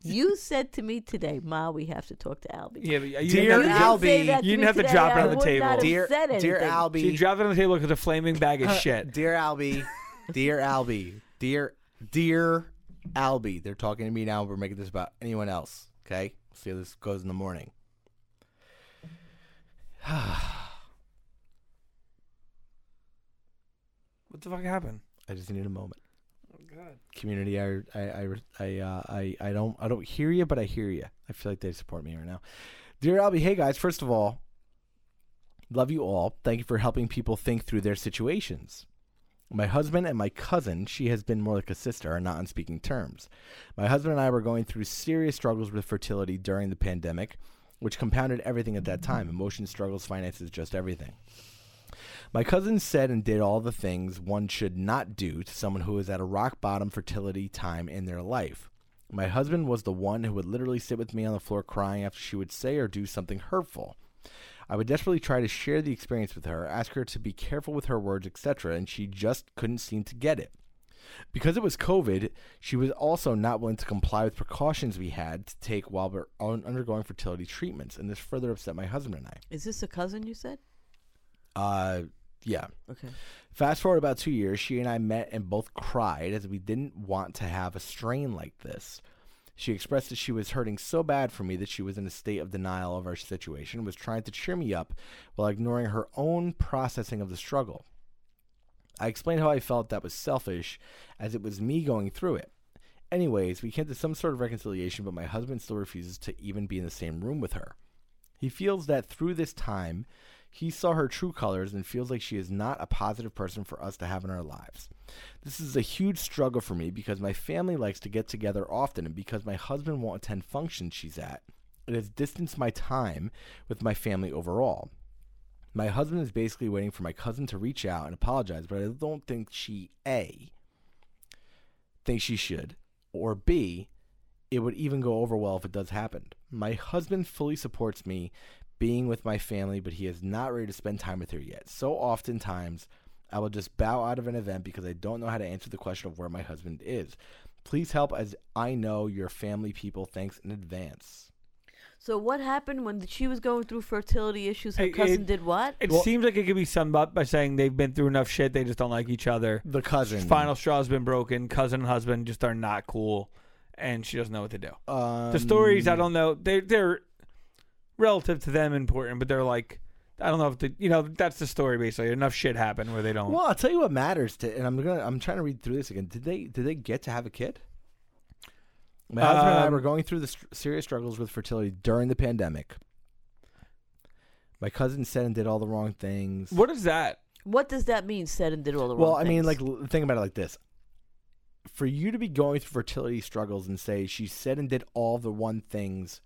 Speaker 2: you said to me today, Ma, we have to talk to Albie.
Speaker 4: Yeah, but
Speaker 3: Dear
Speaker 4: you didn't
Speaker 2: You
Speaker 4: have
Speaker 2: didn't say
Speaker 3: Albie,
Speaker 2: that to
Speaker 4: you didn't
Speaker 2: me
Speaker 4: have to
Speaker 2: today,
Speaker 4: drop it
Speaker 2: I
Speaker 4: on the
Speaker 2: would
Speaker 4: table.
Speaker 2: not have
Speaker 3: Dear,
Speaker 2: said
Speaker 3: dear
Speaker 2: anything.
Speaker 4: to, she
Speaker 3: Albie,
Speaker 4: dropped it on the table like it's a flaming bag of shit.
Speaker 3: dear Albie, dear Albie, dear, dear Albie. They're talking to me now. We're making this about anyone else. Okay, we'll see how this goes in the morning.
Speaker 4: What the fuck happened?
Speaker 3: I just need a moment. Community, I, I, I, I, uh, I, I don't, I don't hear you, but I hear you. I feel like they support me right now. Dear Albie, hey guys. First of all, love you all. Thank you for helping people think through their situations. My husband and my cousin, she has been more like a sister, are not on speaking terms. My husband and I were going through serious struggles with fertility during the pandemic, which compounded everything at that time emotion struggles, finances, just everything. My cousin said and did all the things one should not do to someone who is at a rock bottom fertility time in their life. My husband was the one who would literally sit with me on the floor crying after she would say or do something hurtful. I would desperately try to share the experience with her, ask her to be careful with her words, etc., and she just couldn't seem to get it. Because it was COVID, she was also not willing to comply with precautions we had to take while we're un- undergoing fertility treatments, and this further upset my husband and I.
Speaker 2: Is this a cousin you said?
Speaker 3: Uh, yeah.
Speaker 2: Okay.
Speaker 3: Fast forward about two years, she and I met and both cried as we didn't want to have a strain like this. She expressed that she was hurting so bad for me that she was in a state of denial of our situation, was trying to cheer me up while ignoring her own processing of the struggle. I explained how I felt that was selfish, as it was me going through it. Anyways, we came to some sort of reconciliation, but my husband still refuses to even be in the same room with her. He feels that through this time, he saw her true colors and feels like she is not a positive person for us to have in our lives. This is a huge struggle for me because my family likes to get together often and because my husband won't attend functions she's at. It has distanced my time with my family overall. My husband is basically waiting for my cousin to reach out and apologize, but I don't think she A thinks she should, or B it would even go over well if it does happen. My husband fully supports me being with my family, but he is not ready to spend time with her yet. So oftentimes, I will just bow out of an event because I don't know how to answer the question of where my husband is. Please help as I know your family people. Thanks in advance.
Speaker 2: So what happened when she was going through fertility issues? Her
Speaker 4: It-
Speaker 2: cousin
Speaker 4: it-
Speaker 2: did what?
Speaker 4: It
Speaker 3: Well-
Speaker 4: seems like it could be summed up by saying they've been through enough shit. They just don't like each other.
Speaker 3: The cousin.
Speaker 4: Final straw's been broken. Cousin and husband just are not cool, and she doesn't know what to do.
Speaker 3: Um,
Speaker 4: the stories I don't know. They they're relative to them important, but they're like I don't know if the you know that's the story basically. Enough shit happened where they don't.
Speaker 3: Well, I'll tell you what matters to, and I'm gonna. I'm trying to read through this again. Did they? Did they get to have a kid? My husband and I
Speaker 4: Um,
Speaker 3: were going through the str- serious struggles with fertility during the pandemic. My cousin said and did all the wrong things.
Speaker 4: What is that?
Speaker 2: What does that mean? Said and did all the wrong
Speaker 3: well, I mean,
Speaker 2: things?
Speaker 3: like l- think about it like this: for you to be going through fertility struggles and say she said and did all the one things.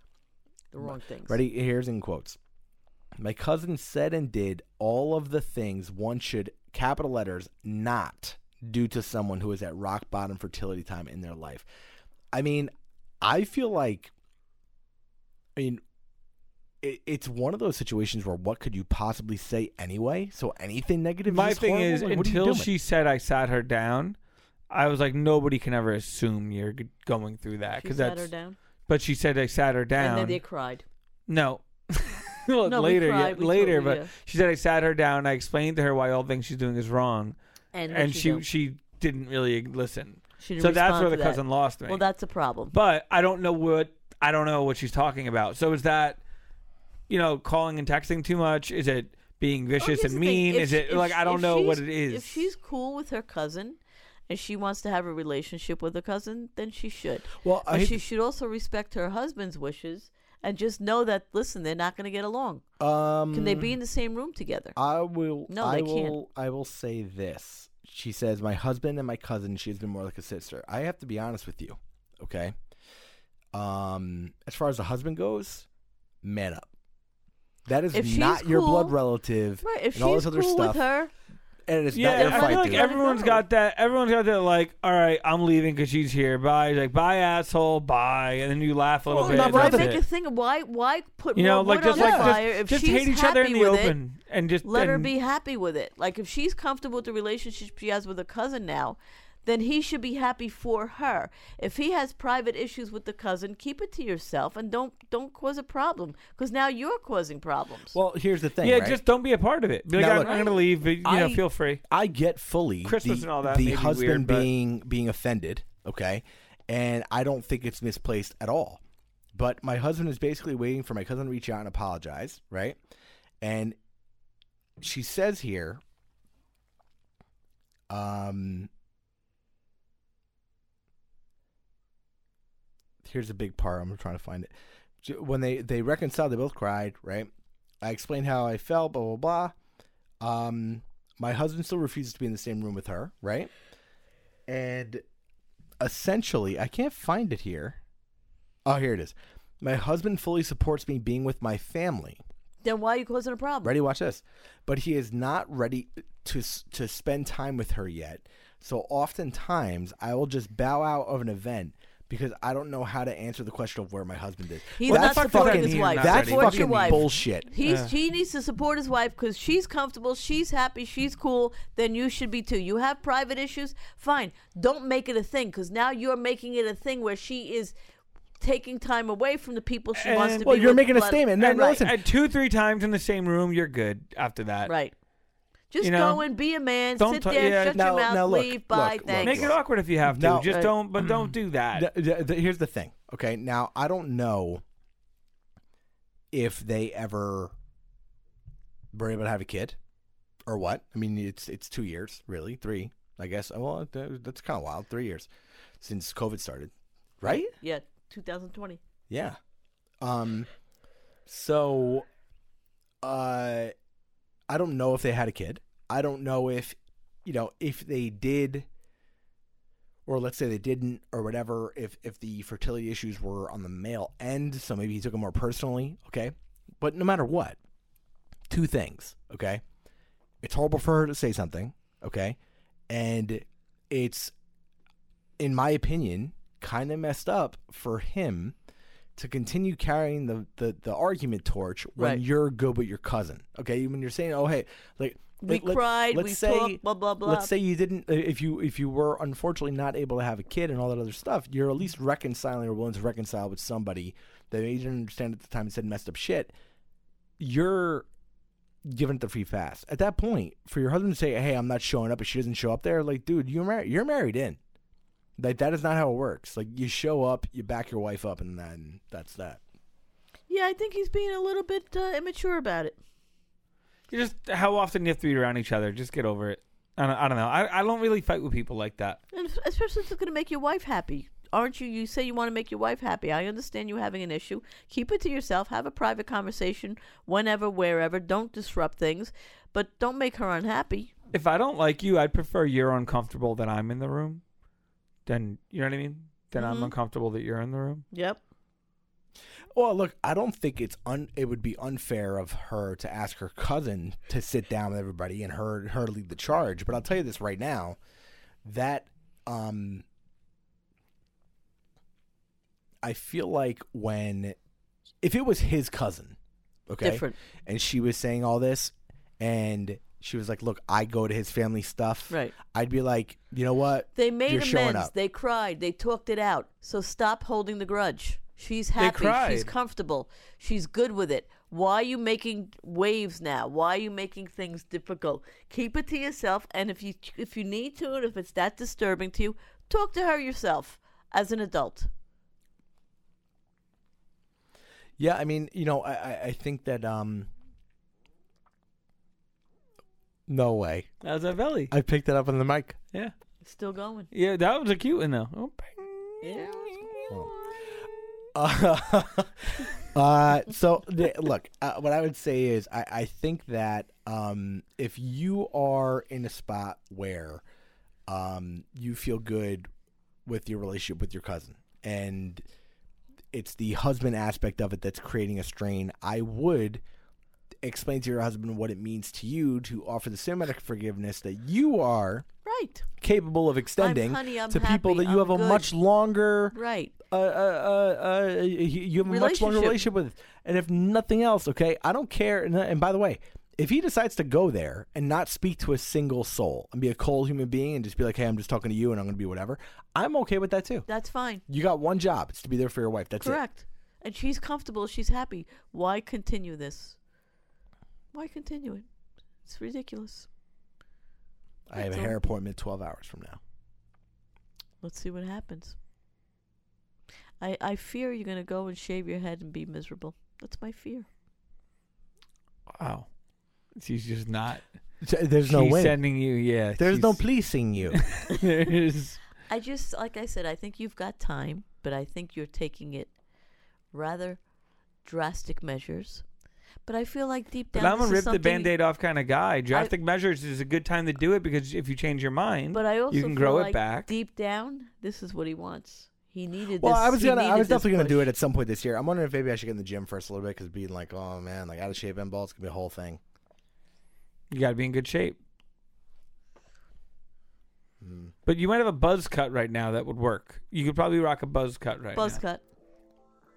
Speaker 2: the wrong things.
Speaker 3: Ready? Here's in quotes. My cousin said and did all of the things one should capital letters not due to someone who is at rock bottom fertility time in their life. I mean, I feel like, I mean, it, it's one of those situations where what could you possibly say anyway? So anything negative.
Speaker 4: My
Speaker 3: is just
Speaker 4: thing
Speaker 3: horrible?
Speaker 4: is,
Speaker 3: Like, what are you
Speaker 4: until
Speaker 3: doing?
Speaker 4: she said I sat her down, I was like, nobody can ever assume you're g- going through that
Speaker 2: She
Speaker 4: because
Speaker 2: sat
Speaker 4: that's.
Speaker 2: her down,
Speaker 4: But she said I sat her
Speaker 2: and
Speaker 4: down.
Speaker 2: then they cried.
Speaker 4: No. Well,
Speaker 2: No, we
Speaker 4: later, yeah,
Speaker 2: cried, we
Speaker 4: later,
Speaker 2: totally-
Speaker 4: but
Speaker 2: yeah.
Speaker 4: she said I sat her down. I explained to her why all things she's doing is wrong,
Speaker 2: And,
Speaker 4: and,
Speaker 2: what'd she,
Speaker 4: she
Speaker 2: do?
Speaker 4: she didn't really listen.
Speaker 2: She didn't
Speaker 4: so that's
Speaker 2: respond
Speaker 4: where
Speaker 2: to that.
Speaker 4: the cousin lost me.
Speaker 2: Well, that's a problem.
Speaker 4: but I don't know what I don't know what she's talking about. So is that you know calling and texting too much? Is it being
Speaker 2: Oh,
Speaker 4: vicious
Speaker 2: here's
Speaker 4: and
Speaker 2: the thing.
Speaker 4: mean?
Speaker 2: If
Speaker 4: Is
Speaker 2: she-
Speaker 4: it
Speaker 2: if
Speaker 4: like I don't know what
Speaker 2: she's-
Speaker 4: it is?
Speaker 2: If she's cool with her cousin and she wants to have a relationship with her cousin, then she should.
Speaker 4: uh,
Speaker 3: Well, I
Speaker 2: but
Speaker 3: hate
Speaker 2: she
Speaker 3: to-
Speaker 2: should also respect her husband's wishes and just know that listen, they're not going to get along.
Speaker 3: um,
Speaker 2: Can they
Speaker 4: Mm.
Speaker 2: be in the same room together?
Speaker 3: I will.
Speaker 2: No,
Speaker 3: I
Speaker 2: they
Speaker 3: will,
Speaker 2: can't.
Speaker 3: I will say this. She says, "My husband and my cousin. She has been more like a sister." I have to be honest with you, okay? Um, as far as the husband goes, man up. That is
Speaker 2: If she's
Speaker 3: not your blood
Speaker 2: cool-
Speaker 3: relative
Speaker 2: Right, if
Speaker 3: and all this
Speaker 2: she's
Speaker 3: other
Speaker 2: cool
Speaker 3: stuff,
Speaker 2: with her,
Speaker 3: and it's not
Speaker 4: yeah,
Speaker 3: your
Speaker 4: I
Speaker 3: fight,
Speaker 4: feel like
Speaker 3: dude.
Speaker 2: every-
Speaker 4: everyone's
Speaker 2: go.
Speaker 4: got that. Everyone's got that. Like, all right, I'm leaving because she's here. Bye. He's like, bye, asshole. Bye, and then you laugh a little
Speaker 3: Well,
Speaker 4: bit.
Speaker 3: not
Speaker 4: and
Speaker 3: right
Speaker 2: why
Speaker 4: that's
Speaker 3: that-
Speaker 2: make
Speaker 4: it.
Speaker 2: a thing? Why why put
Speaker 4: you know,
Speaker 2: more
Speaker 4: like
Speaker 2: wood
Speaker 4: just
Speaker 2: on
Speaker 4: like
Speaker 2: the fire
Speaker 4: just,
Speaker 2: if
Speaker 4: just
Speaker 2: she's
Speaker 4: hate each other in
Speaker 2: happy
Speaker 4: the
Speaker 2: with it,
Speaker 4: open and just
Speaker 2: let her
Speaker 4: and-
Speaker 2: be happy with it. Like if she's comfortable with the relationship she has with her cousin now, then he should be happy for her. If he has private issues with the cousin, keep it to yourself and don't don't cause a problem because now you're causing problems.
Speaker 3: well, here's the thing.
Speaker 4: Yeah,
Speaker 3: right?
Speaker 4: just don't be a part of it. Be like,
Speaker 3: Now,
Speaker 4: I'm,
Speaker 3: look,
Speaker 4: I'm gonna leave. But, you know,
Speaker 3: I-
Speaker 4: feel free.
Speaker 3: I get fully
Speaker 4: Christmas
Speaker 3: the,
Speaker 4: and all that
Speaker 3: the
Speaker 4: may be
Speaker 3: husband
Speaker 4: weird, but-
Speaker 3: being being offended, okay, and I don't think it's misplaced at all. But my husband is basically waiting for my cousin to reach out and apologize, right? And she says here, um, here's a big part. I'm trying to find it. J- When they they reconciled, they both cried, right? I explained how I felt, blah blah blah. Um, my husband still refuses to be in the same room with her, right? And essentially, I can't find it here. Oh, here it is. My husband fully supports me being with my family.
Speaker 2: then why are you causing a problem?
Speaker 3: Ready? Watch this. But he is not ready to s- to spend time with her yet. So oftentimes, I will just bow out of an event because I don't know how to answer the question of where my husband is.
Speaker 2: He's
Speaker 3: that's
Speaker 2: not supporting
Speaker 3: fucking,
Speaker 2: his wife.
Speaker 3: That's
Speaker 4: Support your
Speaker 3: fucking
Speaker 2: wife.
Speaker 3: bullshit.
Speaker 2: He's, He needs to support his wife because she's comfortable, she's happy, she's cool. Then you should be too. You have private issues, fine. Don't make it a thing because now you're making it a thing where she is taking time away from the people she wants
Speaker 4: And-
Speaker 2: to
Speaker 3: Well,
Speaker 2: be.
Speaker 3: you're
Speaker 2: with.
Speaker 3: making a
Speaker 2: Let-
Speaker 3: statement. No,
Speaker 4: And
Speaker 3: no,
Speaker 4: like,
Speaker 3: listen.
Speaker 4: at two, three times in the same room, you're good after that.
Speaker 2: Right. Just
Speaker 4: You know?
Speaker 2: go and be a man.
Speaker 4: Don't
Speaker 2: sit
Speaker 4: ta-
Speaker 2: there,
Speaker 4: yeah,
Speaker 2: shut
Speaker 3: now-
Speaker 2: your mouth,
Speaker 3: now look,
Speaker 2: leave, bye,
Speaker 3: look,
Speaker 2: thanks.
Speaker 4: Make it awkward if you have to.
Speaker 3: No.
Speaker 4: Just don't, but
Speaker 3: Mm.
Speaker 4: don't do that.
Speaker 3: Th- th- th- here's the thing. Okay, now I don't know if they ever were able to have a kid or what. I mean, it's it's two years, really, three, I guess. Oh, Well, th- that's kind of wild. Three years since COVID started, right?
Speaker 2: Yeah, 2020.
Speaker 3: Yeah. Um. So, uh, I don't know if they had a kid. I don't know if, you know, if they did, or let's say they didn't, or whatever. If if the fertility issues were on the male end, so maybe he took it more personally. Okay, but no matter what, two things. Okay, it's horrible for her to say something. Okay, and it's, in my opinion, kind of messed up for him to continue carrying the, the, the argument torch when
Speaker 2: Right.
Speaker 3: you're good with your cousin. Okay, when you're saying, "Oh, hey, like
Speaker 2: We
Speaker 3: let- let-
Speaker 2: cried,
Speaker 3: let's
Speaker 2: we
Speaker 3: say,
Speaker 2: talked, blah, blah, blah.
Speaker 3: Let's say you didn't. uh, If you if you were unfortunately not able to have a kid and all that other stuff, you're at least reconciling or willing to reconcile with somebody that maybe you didn't understand at the time and said messed up shit. You're giving it the free pass at that point for your husband to say, "Hey, I'm not showing up," if she doesn't show up there, like, dude, you're married. You're married in. Like that is not how it works. Like you show up, you back your wife up, and then that's that.
Speaker 2: Yeah, I think he's being a little bit uh, immature about it.
Speaker 4: You just how often you have to be around each other. Just get over it. I don't, I don't know. I, I don't really fight with people like that.
Speaker 2: And es- especially if it's going to make your wife happy. Aren't you? You say you want to make your wife happy. I understand you having an issue. Keep it to yourself. Have a private conversation whenever, wherever. Don't disrupt things, but don't make her unhappy.
Speaker 4: If I don't like you, I'd prefer you're uncomfortable that I'm in the room. Then you know what I mean. Then I'm
Speaker 2: Mhm.
Speaker 4: uncomfortable that you're in the room.
Speaker 2: Yep.
Speaker 3: Well, look, I don't think it's un. It would be unfair of her to ask her cousin to sit down with everybody and her her to lead the charge. But I'll tell you this right now, that um I feel like when if it was his cousin, okay?
Speaker 2: Different.
Speaker 3: And she was saying all this and she was like, "Look, I go to his family stuff."
Speaker 2: Right.
Speaker 3: I'd be like, "You know what?
Speaker 2: They made
Speaker 3: You're showing
Speaker 2: amends.
Speaker 3: up.
Speaker 2: They cried. They talked it out. So stop holding the grudge. She's happy. She's
Speaker 4: cried.
Speaker 2: comfortable. She's good with it. Why are you making waves now? Why are you making things difficult? Keep it to yourself. And if you if you need to, and if it's that disturbing to you, talk to her yourself as an adult.
Speaker 3: Yeah, I mean, you know, I, I, I think that um No way.
Speaker 4: That was a belly.
Speaker 3: I picked it up on the mic.
Speaker 4: Yeah.
Speaker 2: Still going.
Speaker 4: Yeah, that was a cute one though. Oh, bang.
Speaker 2: Yeah.
Speaker 3: Uh, uh, so the, look, uh, what I would say is I, I think that um, if you are in a spot where um, you feel good with your relationship with your cousin and it's the husband aspect of it that's creating a strain, I would explain to your husband what it means to you to offer the same amount of forgiveness that you are
Speaker 2: Right.
Speaker 3: capable of extending
Speaker 2: honey, I'm
Speaker 3: to people
Speaker 2: happy,
Speaker 3: that you
Speaker 2: I'm
Speaker 3: have a
Speaker 2: good.
Speaker 3: much longer
Speaker 2: Right.
Speaker 3: uh, uh, uh, uh, y- you have a much longer relationship
Speaker 2: Relationship.
Speaker 3: with. And if nothing else, okay, I don't care. And, and by the way, if he decides to go there and not speak to a single soul and be a cold human being and just be like, hey, I'm just talking to you and I'm going to be whatever, I'm okay with that too.
Speaker 2: That's fine.
Speaker 3: You got one job. It's to be there for your wife. That's it.
Speaker 2: Correct. And she's comfortable. She's happy. Why continue this? Why continue it? It's ridiculous.
Speaker 3: I have a
Speaker 2: That's all.
Speaker 3: hair appointment 12 hours from now.
Speaker 2: Let's see what happens. I I fear you're gonna go and shave your head and be miserable. That's my fear.
Speaker 4: Wow. She's just not.
Speaker 3: There's no
Speaker 4: she's
Speaker 3: way.
Speaker 4: sending you. Yeah.
Speaker 3: There's no
Speaker 4: she's-
Speaker 3: pleasing you.
Speaker 4: There's-
Speaker 2: I just like I said, I think you've got time, but I think you're taking it rather drastic measures. But I feel like deep down
Speaker 4: But I'm
Speaker 2: this
Speaker 4: a
Speaker 2: is
Speaker 4: rip the
Speaker 2: something-
Speaker 4: band-aid off kind of guy. Drastic measures is a good time to do it because if you change your mind,
Speaker 2: But I also
Speaker 4: you can
Speaker 2: feel
Speaker 4: grow
Speaker 2: like
Speaker 4: it back.
Speaker 2: Deep down, this is what he wants. He needed.
Speaker 3: Well,
Speaker 2: this.
Speaker 3: I was
Speaker 2: he
Speaker 3: gonna, I
Speaker 2: needed
Speaker 3: was
Speaker 2: this
Speaker 3: definitely gonna do
Speaker 2: push.
Speaker 3: it at some point this year. I'm wondering if maybe I should get in the gym first a little bit because being like, oh man, like out of shape and balls could be a whole thing.
Speaker 4: You got to be in good shape.
Speaker 3: Hmm.
Speaker 4: But you might have a buzz cut right now that would work. You could probably rock a buzz cut right
Speaker 2: Buzz
Speaker 4: now.
Speaker 2: cut.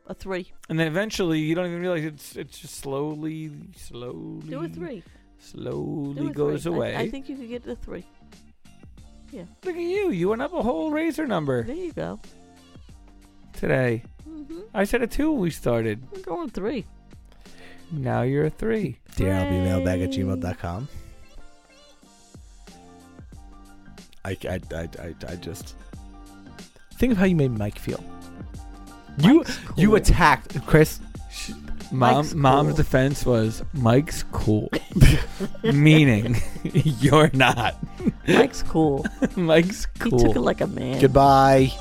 Speaker 2: A three.
Speaker 4: And then eventually, you don't even realize it's it's just slowly, slowly,
Speaker 2: Do a three. Do
Speaker 4: slowly
Speaker 2: a
Speaker 4: goes
Speaker 2: three. I-
Speaker 4: away.
Speaker 2: I, think you could get the three.
Speaker 4: Look at you! You went up a whole razor number
Speaker 2: There you go.
Speaker 4: today.
Speaker 2: hmm
Speaker 4: I said a two. when We started.
Speaker 2: I'm going three.
Speaker 4: Now you're a three.
Speaker 3: Dear, I'll be mailbag at
Speaker 2: Hooray.
Speaker 3: gmail.com. I, I, I, I, I just. Think of how you made Mike feel. You
Speaker 2: Mike's
Speaker 3: you
Speaker 2: cool.
Speaker 3: attacked Chris.
Speaker 4: Sh- Mom,
Speaker 2: Mike's
Speaker 4: mom's
Speaker 2: cool.
Speaker 4: defense was Mike's cool, meaning you're not.
Speaker 2: Mike's cool.
Speaker 4: Mike's
Speaker 2: He
Speaker 4: cool.
Speaker 2: took it like a man.
Speaker 3: Goodbye.